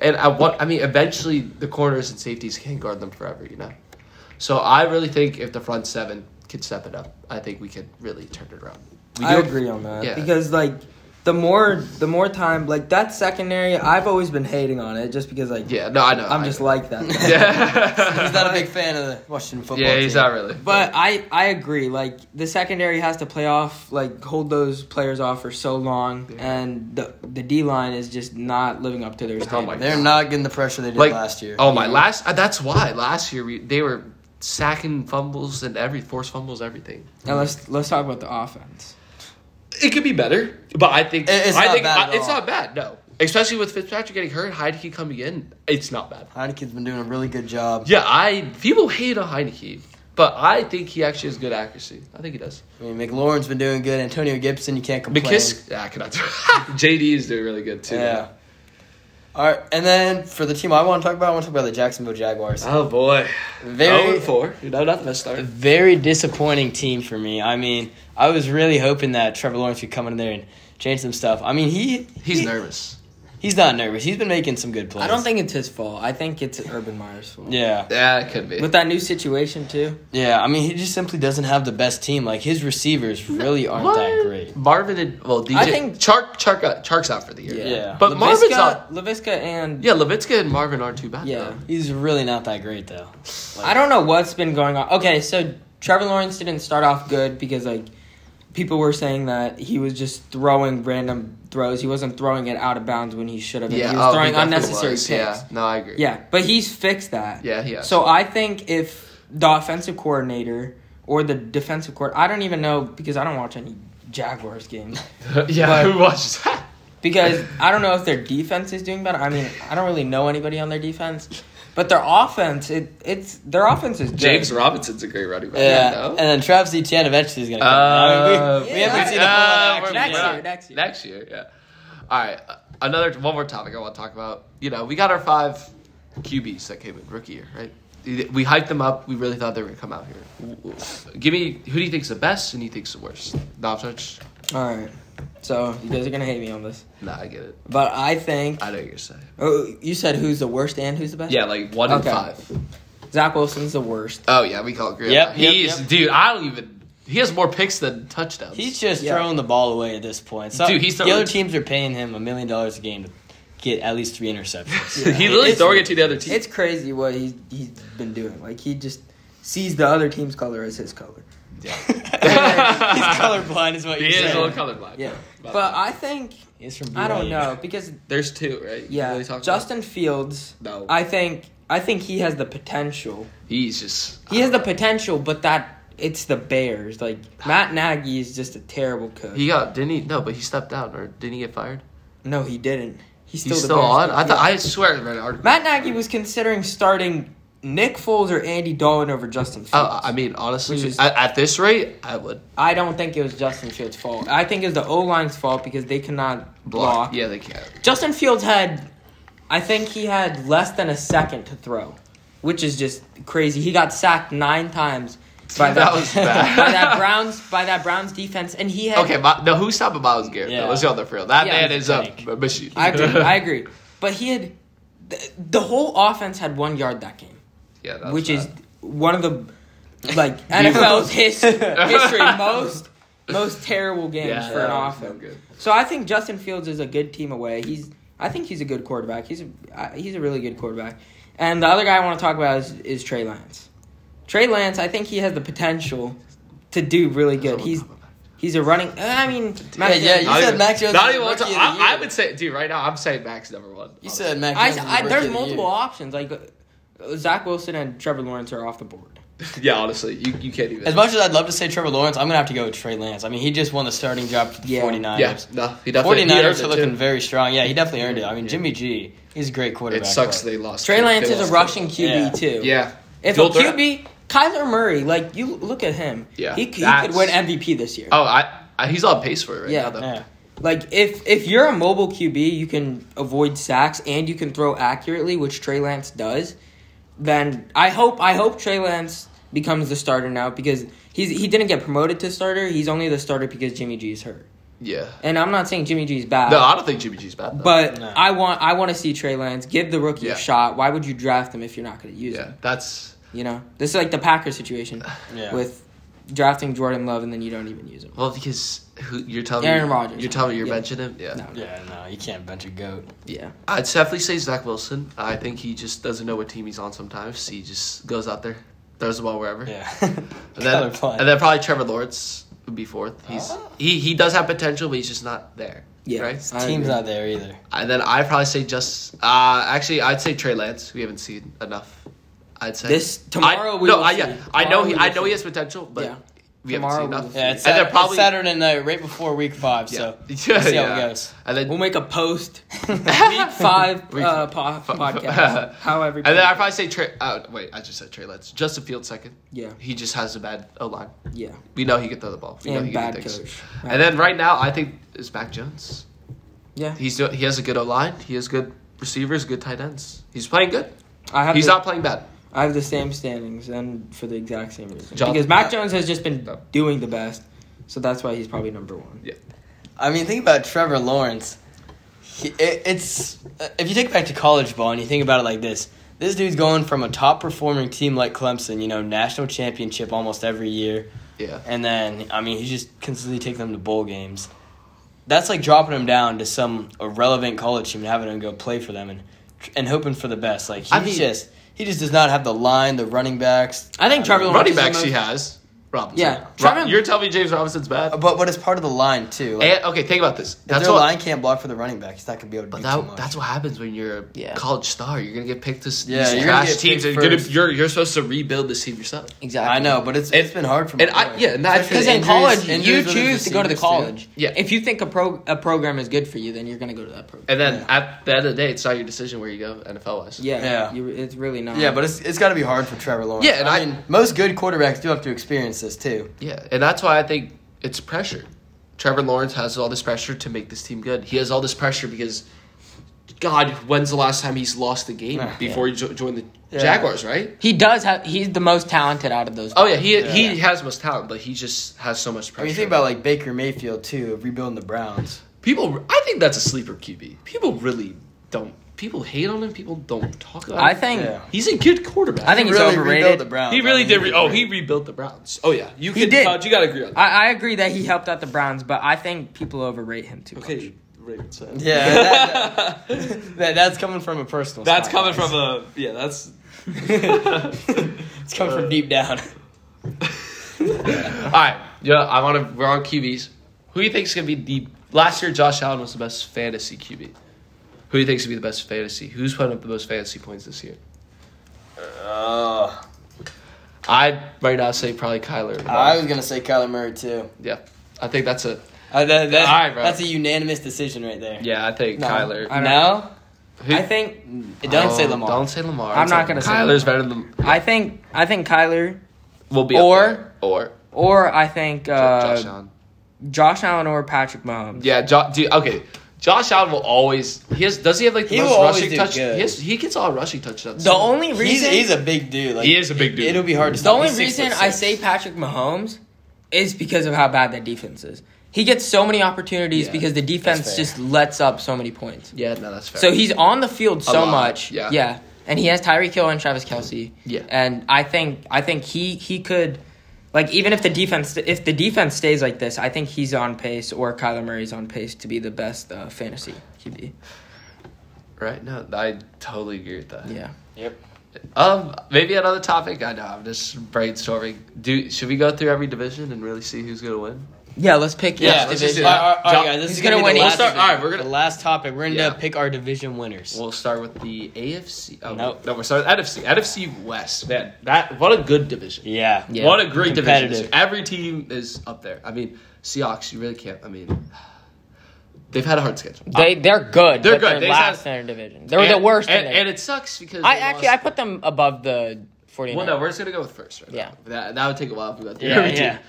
[SPEAKER 3] and I want. I mean, eventually the corners and safeties can't guard them forever, you know. So I really think if the front seven could step it up, I think we could really turn it around. We
[SPEAKER 2] I
[SPEAKER 3] do-
[SPEAKER 2] agree on that
[SPEAKER 3] Yeah.
[SPEAKER 2] because like the more the more time like that secondary, I've always been hating on it just because like
[SPEAKER 3] Yeah, no, I know.
[SPEAKER 2] I'm
[SPEAKER 3] I
[SPEAKER 2] just
[SPEAKER 3] know.
[SPEAKER 2] like that.
[SPEAKER 3] Yeah.
[SPEAKER 1] He's not a big fan of the Washington football.
[SPEAKER 3] Yeah, he's
[SPEAKER 1] team.
[SPEAKER 3] not really.
[SPEAKER 2] but I I agree like the secondary has to play off like hold those players off for so long
[SPEAKER 3] Yeah.
[SPEAKER 2] and the the D line is just not living up to their
[SPEAKER 3] Oh my
[SPEAKER 2] standards.
[SPEAKER 1] They're not getting the pressure they did
[SPEAKER 3] Like-
[SPEAKER 1] last year.
[SPEAKER 3] oh my, last uh, that's why last year we they were sacking fumbles and every forced fumbles everything.
[SPEAKER 2] now let's let's talk about the offense.
[SPEAKER 3] It could be better, but I think
[SPEAKER 1] It- it's
[SPEAKER 3] I
[SPEAKER 1] not
[SPEAKER 3] think
[SPEAKER 1] bad
[SPEAKER 3] I-
[SPEAKER 1] at
[SPEAKER 3] it's
[SPEAKER 1] all.
[SPEAKER 3] not bad. No, especially with Fitzpatrick getting hurt, Heineke coming in, it's not bad.
[SPEAKER 1] Heineken's been doing a really good job.
[SPEAKER 3] Yeah, I people hate on Heineke, but I think he actually has good accuracy. I think he does.
[SPEAKER 1] I mean, McLaurin's been doing good. Antonio Gibson, you can't complain.
[SPEAKER 3] McKiss, ah, I cannot. JD is doing really good too.
[SPEAKER 1] yeah. All right, and then for the team I want to talk about, I want to talk about the Jacksonville Jaguars.
[SPEAKER 3] Oh boy. Zero
[SPEAKER 2] Oh,
[SPEAKER 1] Very,
[SPEAKER 3] and four. You know, not the best start.
[SPEAKER 1] very disappointing team for me. I mean, I was really hoping that Trevor Lawrence would come in there and change some stuff. I mean, he
[SPEAKER 3] He's
[SPEAKER 1] he-
[SPEAKER 3] nervous.
[SPEAKER 1] He's not nervous. He's been making some good plays.
[SPEAKER 2] I don't think it's his fault. I think it's Urban Meyer's fault.
[SPEAKER 1] Yeah,
[SPEAKER 3] Yeah, it could be.
[SPEAKER 2] With that new situation too.
[SPEAKER 1] yeah. I mean, he just simply doesn't have the best team. Like his receivers really aren't that
[SPEAKER 3] What?
[SPEAKER 1] great.
[SPEAKER 3] Marvin and well, DJ.
[SPEAKER 2] I think-
[SPEAKER 3] Chark Chark got- Chark's out for the year.
[SPEAKER 1] Yeah.
[SPEAKER 3] But Marvin's
[SPEAKER 2] Laviska,
[SPEAKER 3] not-
[SPEAKER 2] Laviska and
[SPEAKER 3] Yeah, Levitska and Marvin aren't too bad.
[SPEAKER 2] Yeah.
[SPEAKER 1] He's really not that great though.
[SPEAKER 2] I don't know what's been going on. Okay, so Trevor Lawrence didn't start off good because like people were saying that he was just throwing random throws. He wasn't throwing it out of bounds when he should have.
[SPEAKER 3] though.
[SPEAKER 2] been.
[SPEAKER 3] Yeah,
[SPEAKER 2] he was
[SPEAKER 3] oh,
[SPEAKER 2] throwing
[SPEAKER 3] definitely
[SPEAKER 2] unnecessary
[SPEAKER 3] was.
[SPEAKER 2] picks.
[SPEAKER 3] Yeah,
[SPEAKER 2] Yeah.
[SPEAKER 3] no, I agree.
[SPEAKER 2] but he's fixed that.
[SPEAKER 3] yeah, yeah.
[SPEAKER 2] So I think if the offensive coordinator or the defensive court, I don't even know because I don't watch any Jaguars games
[SPEAKER 3] yeah,
[SPEAKER 2] but-
[SPEAKER 3] who watches that?
[SPEAKER 2] because I don't know if their defense is doing better. I mean, I don't really know anybody on their defense, but their offense, it it's their offense is good.
[SPEAKER 3] James Robinson's a great running back.
[SPEAKER 1] Yeah,
[SPEAKER 3] you know?
[SPEAKER 1] and then Travis Etienne eventually is gonna come. in. I mean, we, we
[SPEAKER 2] yeah.
[SPEAKER 1] haven't seen a full action.
[SPEAKER 3] Uh, we're-
[SPEAKER 2] Next
[SPEAKER 1] yet.
[SPEAKER 3] we're-
[SPEAKER 2] year, next year.
[SPEAKER 3] Uh, Next year, yeah. All right, uh, another one more topic I want to talk about. You know, we got our five QBs that came in rookie year, right? We hyped them up. We really thought they were gonna come out here. Give me who do you think's the best and who do you think's the worst? Not touch.
[SPEAKER 2] All right. So you guys are gonna hate me on this,
[SPEAKER 3] Nah, I get it.
[SPEAKER 2] but I think
[SPEAKER 3] I know what you're saying.
[SPEAKER 2] oh, you said who's the worst and who's the best.
[SPEAKER 3] Yeah, like one
[SPEAKER 2] Okay.
[SPEAKER 3] in five.
[SPEAKER 2] Zach Wilson's the worst.
[SPEAKER 3] Oh yeah, we call it great.
[SPEAKER 1] Yep, yep,
[SPEAKER 3] he's
[SPEAKER 1] yep.
[SPEAKER 3] dude. I don't even. He has more picks than touchdowns.
[SPEAKER 1] He's just
[SPEAKER 2] Yeah.
[SPEAKER 1] throwing the ball away at this point. So
[SPEAKER 3] Dude, he's
[SPEAKER 1] the
[SPEAKER 3] throwing-
[SPEAKER 1] other teams are paying him a million dollars a game to get at least three interceptions.
[SPEAKER 3] he literally
[SPEAKER 2] It's-
[SPEAKER 3] throwing it to the other team.
[SPEAKER 2] It's crazy what he's he's been doing. Like he just sees the other team's color as his color.
[SPEAKER 1] He's colorblind, is what
[SPEAKER 3] he
[SPEAKER 1] you're
[SPEAKER 3] is a
[SPEAKER 1] saying.
[SPEAKER 3] little colorblind.
[SPEAKER 2] Yeah, but uh, I think
[SPEAKER 1] He's from
[SPEAKER 2] I don't
[SPEAKER 1] BYU.
[SPEAKER 2] know because
[SPEAKER 3] there's two, right? You
[SPEAKER 2] yeah,
[SPEAKER 3] really talking
[SPEAKER 2] Justin Fields.
[SPEAKER 3] about- no,
[SPEAKER 2] I think I think he has the potential.
[SPEAKER 3] he's just
[SPEAKER 2] He has the potential, but that it's the Bears. Like Matt Nagy is just a terrible coach.
[SPEAKER 3] He got didn't he? No, but he stepped down or didn't he get fired?
[SPEAKER 2] no, he didn't. He's
[SPEAKER 3] He's
[SPEAKER 2] the
[SPEAKER 3] still
[SPEAKER 2] Bears
[SPEAKER 3] on.
[SPEAKER 2] coach,
[SPEAKER 3] I thought
[SPEAKER 2] yeah.
[SPEAKER 3] I swear I read an article.
[SPEAKER 2] Matt Nagy was considering starting Nick Foles or Andy Dalton over Justin Fields.
[SPEAKER 3] Oh, I mean, honestly,
[SPEAKER 2] Which is-
[SPEAKER 3] at, at this rate, I would
[SPEAKER 2] I don't think it was Justin Fields' fault. I think it was the O line's fault because they cannot
[SPEAKER 3] block.
[SPEAKER 2] block.
[SPEAKER 3] Yeah, they can.
[SPEAKER 2] Justin Fields had, I think he had less than a second to throw, which is just crazy. He got sacked nine times by
[SPEAKER 3] That
[SPEAKER 2] that,
[SPEAKER 3] was bad.
[SPEAKER 2] by that Browns by that Browns defense, and he had.
[SPEAKER 3] Okay, my, no, who's stopping Miles Garrett?
[SPEAKER 1] Yeah.
[SPEAKER 3] though? Let's go on the field. That
[SPEAKER 2] Yeah,
[SPEAKER 3] man
[SPEAKER 2] he's
[SPEAKER 3] is a
[SPEAKER 1] tank.
[SPEAKER 3] a machine.
[SPEAKER 2] I agree. I agree. But he had, the, the whole offense had one yard that game.
[SPEAKER 3] yeah, that was
[SPEAKER 2] which is
[SPEAKER 3] bad.
[SPEAKER 2] one of the like NFL's his, history most most terrible games
[SPEAKER 3] Yeah,
[SPEAKER 2] for an
[SPEAKER 3] that was
[SPEAKER 2] offense.
[SPEAKER 3] no good.
[SPEAKER 2] So I think Justin Fields is a good team away. He's I think he's a good quarterback. He's a, I- he's a really good quarterback. And the other guy I want to talk about is, is Trey Lance. Trey Lance, I think he has the potential to do really good. He's he's a running. uh, I mean,
[SPEAKER 1] Yeah, yeah,
[SPEAKER 3] Not
[SPEAKER 1] You said
[SPEAKER 3] even-
[SPEAKER 1] Max Jones
[SPEAKER 3] Not
[SPEAKER 1] is
[SPEAKER 3] even
[SPEAKER 1] rookie
[SPEAKER 3] to,
[SPEAKER 1] of the
[SPEAKER 3] I, I
[SPEAKER 1] year.
[SPEAKER 3] would say, dude, right now I'm saying Max number one.
[SPEAKER 1] You said Mac. Jones is
[SPEAKER 2] I, I,
[SPEAKER 1] rookie of
[SPEAKER 2] there's
[SPEAKER 1] the
[SPEAKER 2] multiple
[SPEAKER 1] year.
[SPEAKER 2] options. Like uh, Zach Wilson and Trevor Lawrence are off the board.
[SPEAKER 3] yeah, honestly, you, you can't even.
[SPEAKER 1] As much as I'd love to say Trevor Lawrence, I'm gonna have to go with Trey Lance. I mean, he just won the starting job for the
[SPEAKER 2] Yeah.
[SPEAKER 1] 49ers.
[SPEAKER 3] yeah, no, he definitely. he
[SPEAKER 1] 49ers
[SPEAKER 3] earned
[SPEAKER 1] are
[SPEAKER 3] it,
[SPEAKER 1] looking
[SPEAKER 3] too.
[SPEAKER 1] very strong. Yeah, he definitely earned it. I mean,
[SPEAKER 3] Yeah.
[SPEAKER 1] Jimmy G, he's a great quarterback.
[SPEAKER 3] It sucks
[SPEAKER 1] but-
[SPEAKER 3] they lost.
[SPEAKER 2] Trey
[SPEAKER 3] they
[SPEAKER 2] Lance is
[SPEAKER 3] lost
[SPEAKER 2] a rushing
[SPEAKER 3] Cooper.
[SPEAKER 2] QB
[SPEAKER 1] Yeah.
[SPEAKER 2] too.
[SPEAKER 3] Yeah,
[SPEAKER 2] If
[SPEAKER 3] Dual
[SPEAKER 2] a
[SPEAKER 3] threat.
[SPEAKER 2] QB, Kyler Murray, like you look at him,
[SPEAKER 3] Yeah,
[SPEAKER 2] he, c- he could
[SPEAKER 3] that's-
[SPEAKER 2] win MVP this year.
[SPEAKER 3] Oh, I, I he's on pace for it right
[SPEAKER 2] Yeah.
[SPEAKER 3] now. Though.
[SPEAKER 1] Yeah.
[SPEAKER 2] Like if if you're a mobile QB, you can avoid sacks and you can throw accurately, which Trey Lance does. Then I hope I hope Trey Lance becomes the starter now because he's he didn't get promoted to starter. He's only the starter because Jimmy G is hurt.
[SPEAKER 3] yeah.
[SPEAKER 2] And I'm not saying Jimmy G is bad.
[SPEAKER 3] No, I don't think Jimmy G's bad. Though.
[SPEAKER 2] but
[SPEAKER 1] No.
[SPEAKER 2] I want I want to see Trey Lance give the rookie
[SPEAKER 3] Yeah.
[SPEAKER 2] a shot. Why would you draft him if you're not going to use him?
[SPEAKER 3] yeah, that's
[SPEAKER 2] You know, this is like the Packers situation
[SPEAKER 1] Yeah.
[SPEAKER 2] with drafting Jordan Love and then you don't even use him.
[SPEAKER 3] well because who you're telling
[SPEAKER 2] Aaron
[SPEAKER 3] me,
[SPEAKER 2] Rodgers.
[SPEAKER 3] You're telling me you're
[SPEAKER 2] Yeah.
[SPEAKER 3] benching him. Yeah,
[SPEAKER 2] No, no.
[SPEAKER 1] yeah, no, you can't bench a goat.
[SPEAKER 2] yeah.
[SPEAKER 3] I'd definitely say Zach Wilson. I think he just doesn't know what team he's on. Sometimes he just goes out there, throws the ball wherever.
[SPEAKER 1] Yeah.
[SPEAKER 3] And then,
[SPEAKER 1] Colorblind.
[SPEAKER 3] and then probably Trevor Lawrence would be fourth. He's he, he does have potential, but he's just not there.
[SPEAKER 2] Ah. Yeah.
[SPEAKER 3] Right.
[SPEAKER 2] I
[SPEAKER 1] Team's
[SPEAKER 2] agree.
[SPEAKER 1] not there either.
[SPEAKER 3] And then I probably say just uh, actually I'd say Trey Lance. We haven't seen enough. I'd say
[SPEAKER 2] This- tomorrow
[SPEAKER 3] I,
[SPEAKER 2] we
[SPEAKER 3] no,
[SPEAKER 2] will
[SPEAKER 3] I,
[SPEAKER 2] see.
[SPEAKER 3] yeah, I know
[SPEAKER 2] Tomorrow
[SPEAKER 3] he
[SPEAKER 2] we
[SPEAKER 3] I
[SPEAKER 2] will
[SPEAKER 3] know
[SPEAKER 2] see.
[SPEAKER 3] he has potential, but
[SPEAKER 2] Yeah.
[SPEAKER 3] we
[SPEAKER 2] Tomorrow we will
[SPEAKER 3] haven't
[SPEAKER 2] see.
[SPEAKER 3] seen
[SPEAKER 1] Yeah, it's,
[SPEAKER 3] enough. and
[SPEAKER 1] Sat-
[SPEAKER 3] they're
[SPEAKER 1] it's
[SPEAKER 3] probably
[SPEAKER 1] Saturday night, right before Week Five.
[SPEAKER 3] yeah.
[SPEAKER 1] So
[SPEAKER 3] yeah,
[SPEAKER 1] we'll see how
[SPEAKER 3] yeah.
[SPEAKER 1] it goes.
[SPEAKER 3] And then
[SPEAKER 2] We'll make a post week
[SPEAKER 3] Week
[SPEAKER 2] five
[SPEAKER 3] Week-
[SPEAKER 2] uh, po-
[SPEAKER 3] fu-
[SPEAKER 2] podcast. How every
[SPEAKER 3] and then I probably say Trey. Uh, wait, I just said Trey Lance. Justin Fields second.
[SPEAKER 2] yeah
[SPEAKER 3] He just has a bad O line.
[SPEAKER 2] yeah
[SPEAKER 3] We know he can throw the ball. We know
[SPEAKER 2] and
[SPEAKER 3] he can
[SPEAKER 2] bad
[SPEAKER 3] do things.
[SPEAKER 2] coach.
[SPEAKER 3] And then right now, I think it's Mac Jones.
[SPEAKER 2] yeah,
[SPEAKER 3] He's do- he has a good O line. He has good receivers, good tight ends. He's playing good.
[SPEAKER 2] I have
[SPEAKER 3] He's
[SPEAKER 2] the,
[SPEAKER 3] not playing bad.
[SPEAKER 2] I have the same standings and for the exact same reason
[SPEAKER 3] Jonathan-
[SPEAKER 2] because Mac Jones has just been
[SPEAKER 3] No.
[SPEAKER 2] doing the best, so that's why he's probably number one.
[SPEAKER 1] I mean, think about Trevor Lawrence. He, it, it's uh, if you take back to college ball and you think about it like this: this dude's going from a top performing team like Clemson, you know, national championship almost every year,
[SPEAKER 3] Yeah.
[SPEAKER 1] and then I mean, he's just consistently taking them to bowl games. That's like dropping him down to some irrelevant college team and having him go play for them and and hoping for the best. Like he's
[SPEAKER 3] I mean-
[SPEAKER 1] just he just does not have the line, the running backs.
[SPEAKER 2] I think Trevor Lawrence
[SPEAKER 3] Running
[SPEAKER 2] is the
[SPEAKER 3] backs
[SPEAKER 2] most-
[SPEAKER 3] he has. Robinson.
[SPEAKER 2] Yeah.
[SPEAKER 3] Ro-
[SPEAKER 2] Trevor-
[SPEAKER 3] you're telling me James Robinson's bad?
[SPEAKER 1] But but it's part of the line too. Like,
[SPEAKER 3] And- okay, think about this.
[SPEAKER 1] if
[SPEAKER 3] That's
[SPEAKER 1] their
[SPEAKER 3] what.
[SPEAKER 1] line can't block for the running back, he's not gonna be able to
[SPEAKER 3] but
[SPEAKER 1] do too
[SPEAKER 3] that,
[SPEAKER 1] much.
[SPEAKER 3] that's what happens when you're a
[SPEAKER 2] Yeah.
[SPEAKER 3] college star. You're gonna get picked to s-
[SPEAKER 1] Yeah,
[SPEAKER 3] these
[SPEAKER 1] you're gonna
[SPEAKER 3] trash
[SPEAKER 1] get
[SPEAKER 3] teams. And
[SPEAKER 1] picked
[SPEAKER 3] you're, gonna,
[SPEAKER 1] first.
[SPEAKER 3] you're you're supposed to rebuild this team yourself.
[SPEAKER 2] exactly.
[SPEAKER 1] I know, but it's
[SPEAKER 3] And-
[SPEAKER 1] it's been hard for me.
[SPEAKER 3] And I yeah, and I
[SPEAKER 1] Especially
[SPEAKER 2] Because
[SPEAKER 1] His
[SPEAKER 2] in
[SPEAKER 1] injuries-
[SPEAKER 2] college, you
[SPEAKER 1] injuries with his
[SPEAKER 2] choose to go to the
[SPEAKER 1] receivers, too.
[SPEAKER 2] college.
[SPEAKER 3] Yeah.
[SPEAKER 2] If you think a pro a program is good for you, then you're gonna go to that program.
[SPEAKER 3] And then at the end of the day, it's not your decision where you go NFL wise.
[SPEAKER 2] Yeah.
[SPEAKER 1] Yeah.
[SPEAKER 2] You, it's really not.
[SPEAKER 1] Yeah, but it's it's got to be hard for Trevor Lawrence.
[SPEAKER 3] Yeah, and I-
[SPEAKER 1] mean, most good quarterbacks do have to experience this too.
[SPEAKER 3] Yeah, and that's why I think it's pressure. Trevor Lawrence has all this pressure to make this team good. He has all this pressure because, God, when's the last time he's lost the game
[SPEAKER 1] Ah, Yeah.
[SPEAKER 3] before he jo- joined the
[SPEAKER 1] Yeah.
[SPEAKER 3] Jaguars? Right?
[SPEAKER 2] he does have. He's the most talented out of those.
[SPEAKER 3] Oh yeah, he
[SPEAKER 1] Yeah.
[SPEAKER 3] he has most talent, but he just has so much
[SPEAKER 1] I
[SPEAKER 3] pressure.
[SPEAKER 1] mean, you think about like Baker Mayfield too, of rebuilding the Browns.
[SPEAKER 3] people. I think that's a sleeper QB. People really don't. People hate on him. People don't talk about him.
[SPEAKER 2] I think.
[SPEAKER 1] Yeah.
[SPEAKER 3] he's a good quarterback.
[SPEAKER 2] I think he's
[SPEAKER 1] Really rebuild
[SPEAKER 2] overrated.
[SPEAKER 1] the Browns.
[SPEAKER 3] he really
[SPEAKER 1] I mean,
[SPEAKER 3] did. Re- oh,
[SPEAKER 1] great.
[SPEAKER 3] he rebuilt the Browns. Oh yeah, you
[SPEAKER 2] He
[SPEAKER 3] can.
[SPEAKER 2] did.
[SPEAKER 3] You gotta agree on that.
[SPEAKER 2] I, I agree that he helped out the Browns, but I think people overrate him too much.
[SPEAKER 3] Okay, Ravens. uh,
[SPEAKER 1] Yeah, that- that- that's coming from a personal.
[SPEAKER 3] That's
[SPEAKER 1] spot,
[SPEAKER 3] coming
[SPEAKER 1] guys.
[SPEAKER 3] from a yeah. That's
[SPEAKER 1] it's coming
[SPEAKER 3] Uh,
[SPEAKER 1] from deep down.
[SPEAKER 3] All right, yeah, I want to. We're on QBs. Who do you think's gonna be the last year? Josh Allen was the best fantasy QB. Who do you think's gonna be the best fantasy? Who's putting up the most fantasy points this year?
[SPEAKER 1] Uh,
[SPEAKER 3] I would right now say probably Kyler.
[SPEAKER 1] I was gonna say Kyler Murray too.
[SPEAKER 3] yeah, I think that's a.
[SPEAKER 1] Uh, that, that,
[SPEAKER 3] All right, bro.
[SPEAKER 1] That's a unanimous decision right there.
[SPEAKER 3] Yeah, I think
[SPEAKER 2] No,
[SPEAKER 3] Kyler.
[SPEAKER 2] I don't-
[SPEAKER 1] No,
[SPEAKER 3] Who-
[SPEAKER 2] I think
[SPEAKER 1] it doesn't say
[SPEAKER 3] Oh,
[SPEAKER 1] Lamar.
[SPEAKER 3] Don't say Lamar.
[SPEAKER 2] I'm not gonna say
[SPEAKER 3] Kyler's
[SPEAKER 2] Lamar.
[SPEAKER 3] better than
[SPEAKER 2] I think I think Kyler
[SPEAKER 3] we'll be up
[SPEAKER 2] Or-
[SPEAKER 3] there. or
[SPEAKER 2] or I think uh,
[SPEAKER 3] Josh Allen.
[SPEAKER 2] Josh Allen or Patrick Mahomes.
[SPEAKER 3] Yeah, jo- dude. Okay, Josh Allen will always. He has. Does he have like the
[SPEAKER 1] He
[SPEAKER 3] most
[SPEAKER 1] will always
[SPEAKER 3] rushing
[SPEAKER 1] do
[SPEAKER 3] touch? He,
[SPEAKER 1] good.
[SPEAKER 3] has, he gets all rushing touchdowns.
[SPEAKER 2] The only reason
[SPEAKER 1] he's, he's a big dude. Like,
[SPEAKER 3] He is a big dude.
[SPEAKER 1] It, will be hard to
[SPEAKER 2] the
[SPEAKER 1] stop.
[SPEAKER 2] only
[SPEAKER 1] He's six
[SPEAKER 2] reason
[SPEAKER 1] foot
[SPEAKER 2] I
[SPEAKER 1] six.
[SPEAKER 2] say Patrick Mahomes is because of how bad that defense is. He gets so many opportunities
[SPEAKER 3] Yeah,
[SPEAKER 2] because the defense
[SPEAKER 1] fair.
[SPEAKER 2] just lets up so many points.
[SPEAKER 3] yeah, no, that's fair.
[SPEAKER 2] So he's on the field so
[SPEAKER 3] lot,
[SPEAKER 2] much.
[SPEAKER 3] yeah.
[SPEAKER 2] Yeah. And he has Tyreek Hill and Travis Kelsey.
[SPEAKER 3] Yeah.
[SPEAKER 2] And I think I think he he could like even if the defense if the defense stays like this, I think he's on pace or Kyler Murray's on pace to be the best uh, fantasy QB.
[SPEAKER 3] right now, I totally agree with that.
[SPEAKER 2] Yeah.
[SPEAKER 1] Yep.
[SPEAKER 3] Um, maybe another topic. I know I'm just brainstorming. Do should we go through every division and really see who's gonna win?
[SPEAKER 2] Yeah, let's pick
[SPEAKER 3] Yeah,
[SPEAKER 1] Yeah,
[SPEAKER 3] let's
[SPEAKER 1] let's
[SPEAKER 3] just do
[SPEAKER 1] all
[SPEAKER 3] that.
[SPEAKER 1] right, all right, all right,
[SPEAKER 3] John-
[SPEAKER 1] guys, this
[SPEAKER 2] He's
[SPEAKER 1] is
[SPEAKER 2] gonna
[SPEAKER 1] gonna,
[SPEAKER 2] win.
[SPEAKER 1] be the
[SPEAKER 2] We'll
[SPEAKER 1] last.
[SPEAKER 3] start- all right,
[SPEAKER 1] division.
[SPEAKER 3] we're gonna-
[SPEAKER 1] the last topic. We're gonna
[SPEAKER 3] Yeah.
[SPEAKER 1] pick our division winners.
[SPEAKER 3] We'll start with the AFC. Oh,
[SPEAKER 1] Nope.
[SPEAKER 3] No, we're starting with NFC. NFC West. Man, that what a good division.
[SPEAKER 1] yeah.
[SPEAKER 2] Yeah.
[SPEAKER 3] What a great division.
[SPEAKER 1] Competitive.
[SPEAKER 3] Every team is up there. I mean, Seahawks, you really can't. I mean, they've had a hard schedule.
[SPEAKER 2] They they're good.
[SPEAKER 3] They're
[SPEAKER 2] but
[SPEAKER 3] good. They
[SPEAKER 2] They're last
[SPEAKER 3] just-
[SPEAKER 2] in their division. They were the worst.
[SPEAKER 3] And,
[SPEAKER 2] in
[SPEAKER 3] and
[SPEAKER 2] their,
[SPEAKER 3] it sucks because.
[SPEAKER 2] I
[SPEAKER 3] they
[SPEAKER 2] actually I
[SPEAKER 3] lost-
[SPEAKER 2] put them above the 49ers.
[SPEAKER 3] Well, no, we're just going to go with first right
[SPEAKER 2] Yeah.
[SPEAKER 3] now. That, that would take a while if we got through
[SPEAKER 1] Yeah,
[SPEAKER 3] every
[SPEAKER 1] yeah.
[SPEAKER 3] team.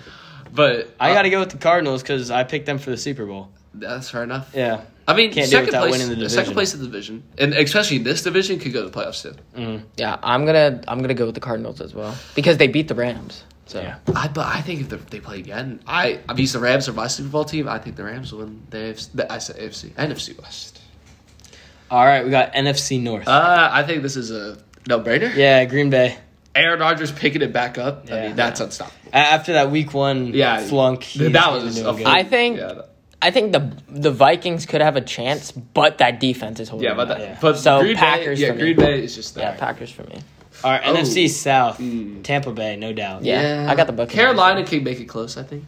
[SPEAKER 3] But.
[SPEAKER 1] I
[SPEAKER 3] uh,
[SPEAKER 1] got to go with the Cardinals because I picked them for the Super Bowl.
[SPEAKER 3] That's fair enough.
[SPEAKER 1] Yeah.
[SPEAKER 3] I mean,
[SPEAKER 1] Can't do
[SPEAKER 3] second,
[SPEAKER 1] without
[SPEAKER 3] place,
[SPEAKER 1] winning the division.
[SPEAKER 3] second place in the division. And especially this division could go to the playoffs too.
[SPEAKER 2] yeah, I'm gonna I'm gonna go with the Cardinals as well because they beat the Rams. So
[SPEAKER 1] Yeah.
[SPEAKER 3] I, but I think if the, they play again, I, I mean, the Rams are my Super Bowl team. I think the Rams will win the AFC, the, I said AFC, NFC West.
[SPEAKER 1] All right, we got NFC North.
[SPEAKER 3] Uh, I think this is a no brainer.
[SPEAKER 1] yeah, Green Bay.
[SPEAKER 3] Aaron Rodgers picking it back up. I
[SPEAKER 1] Yeah.
[SPEAKER 3] mean, that's unstoppable.
[SPEAKER 1] A- After that Week One
[SPEAKER 3] Yeah,
[SPEAKER 1] flunk, he's
[SPEAKER 3] that
[SPEAKER 1] been
[SPEAKER 3] was
[SPEAKER 1] doing
[SPEAKER 3] a
[SPEAKER 1] good.
[SPEAKER 3] flunk.
[SPEAKER 2] I think
[SPEAKER 3] Yeah, that-
[SPEAKER 2] I think the the Vikings could have a chance, but that defense is holding.
[SPEAKER 3] yeah, but
[SPEAKER 2] them
[SPEAKER 3] that,
[SPEAKER 1] Yeah.
[SPEAKER 3] but
[SPEAKER 2] So,
[SPEAKER 3] Green
[SPEAKER 2] Packers
[SPEAKER 3] Bay, yeah,
[SPEAKER 2] for me.
[SPEAKER 3] Green Bay is just
[SPEAKER 2] back.
[SPEAKER 3] there.
[SPEAKER 2] yeah, Packers for me.
[SPEAKER 1] All right,
[SPEAKER 3] Oh.
[SPEAKER 1] NFC South,
[SPEAKER 3] Mm.
[SPEAKER 1] Tampa Bay, no doubt.
[SPEAKER 2] Yeah, I got the Buccaneers.
[SPEAKER 3] Carolina can make it close, I think.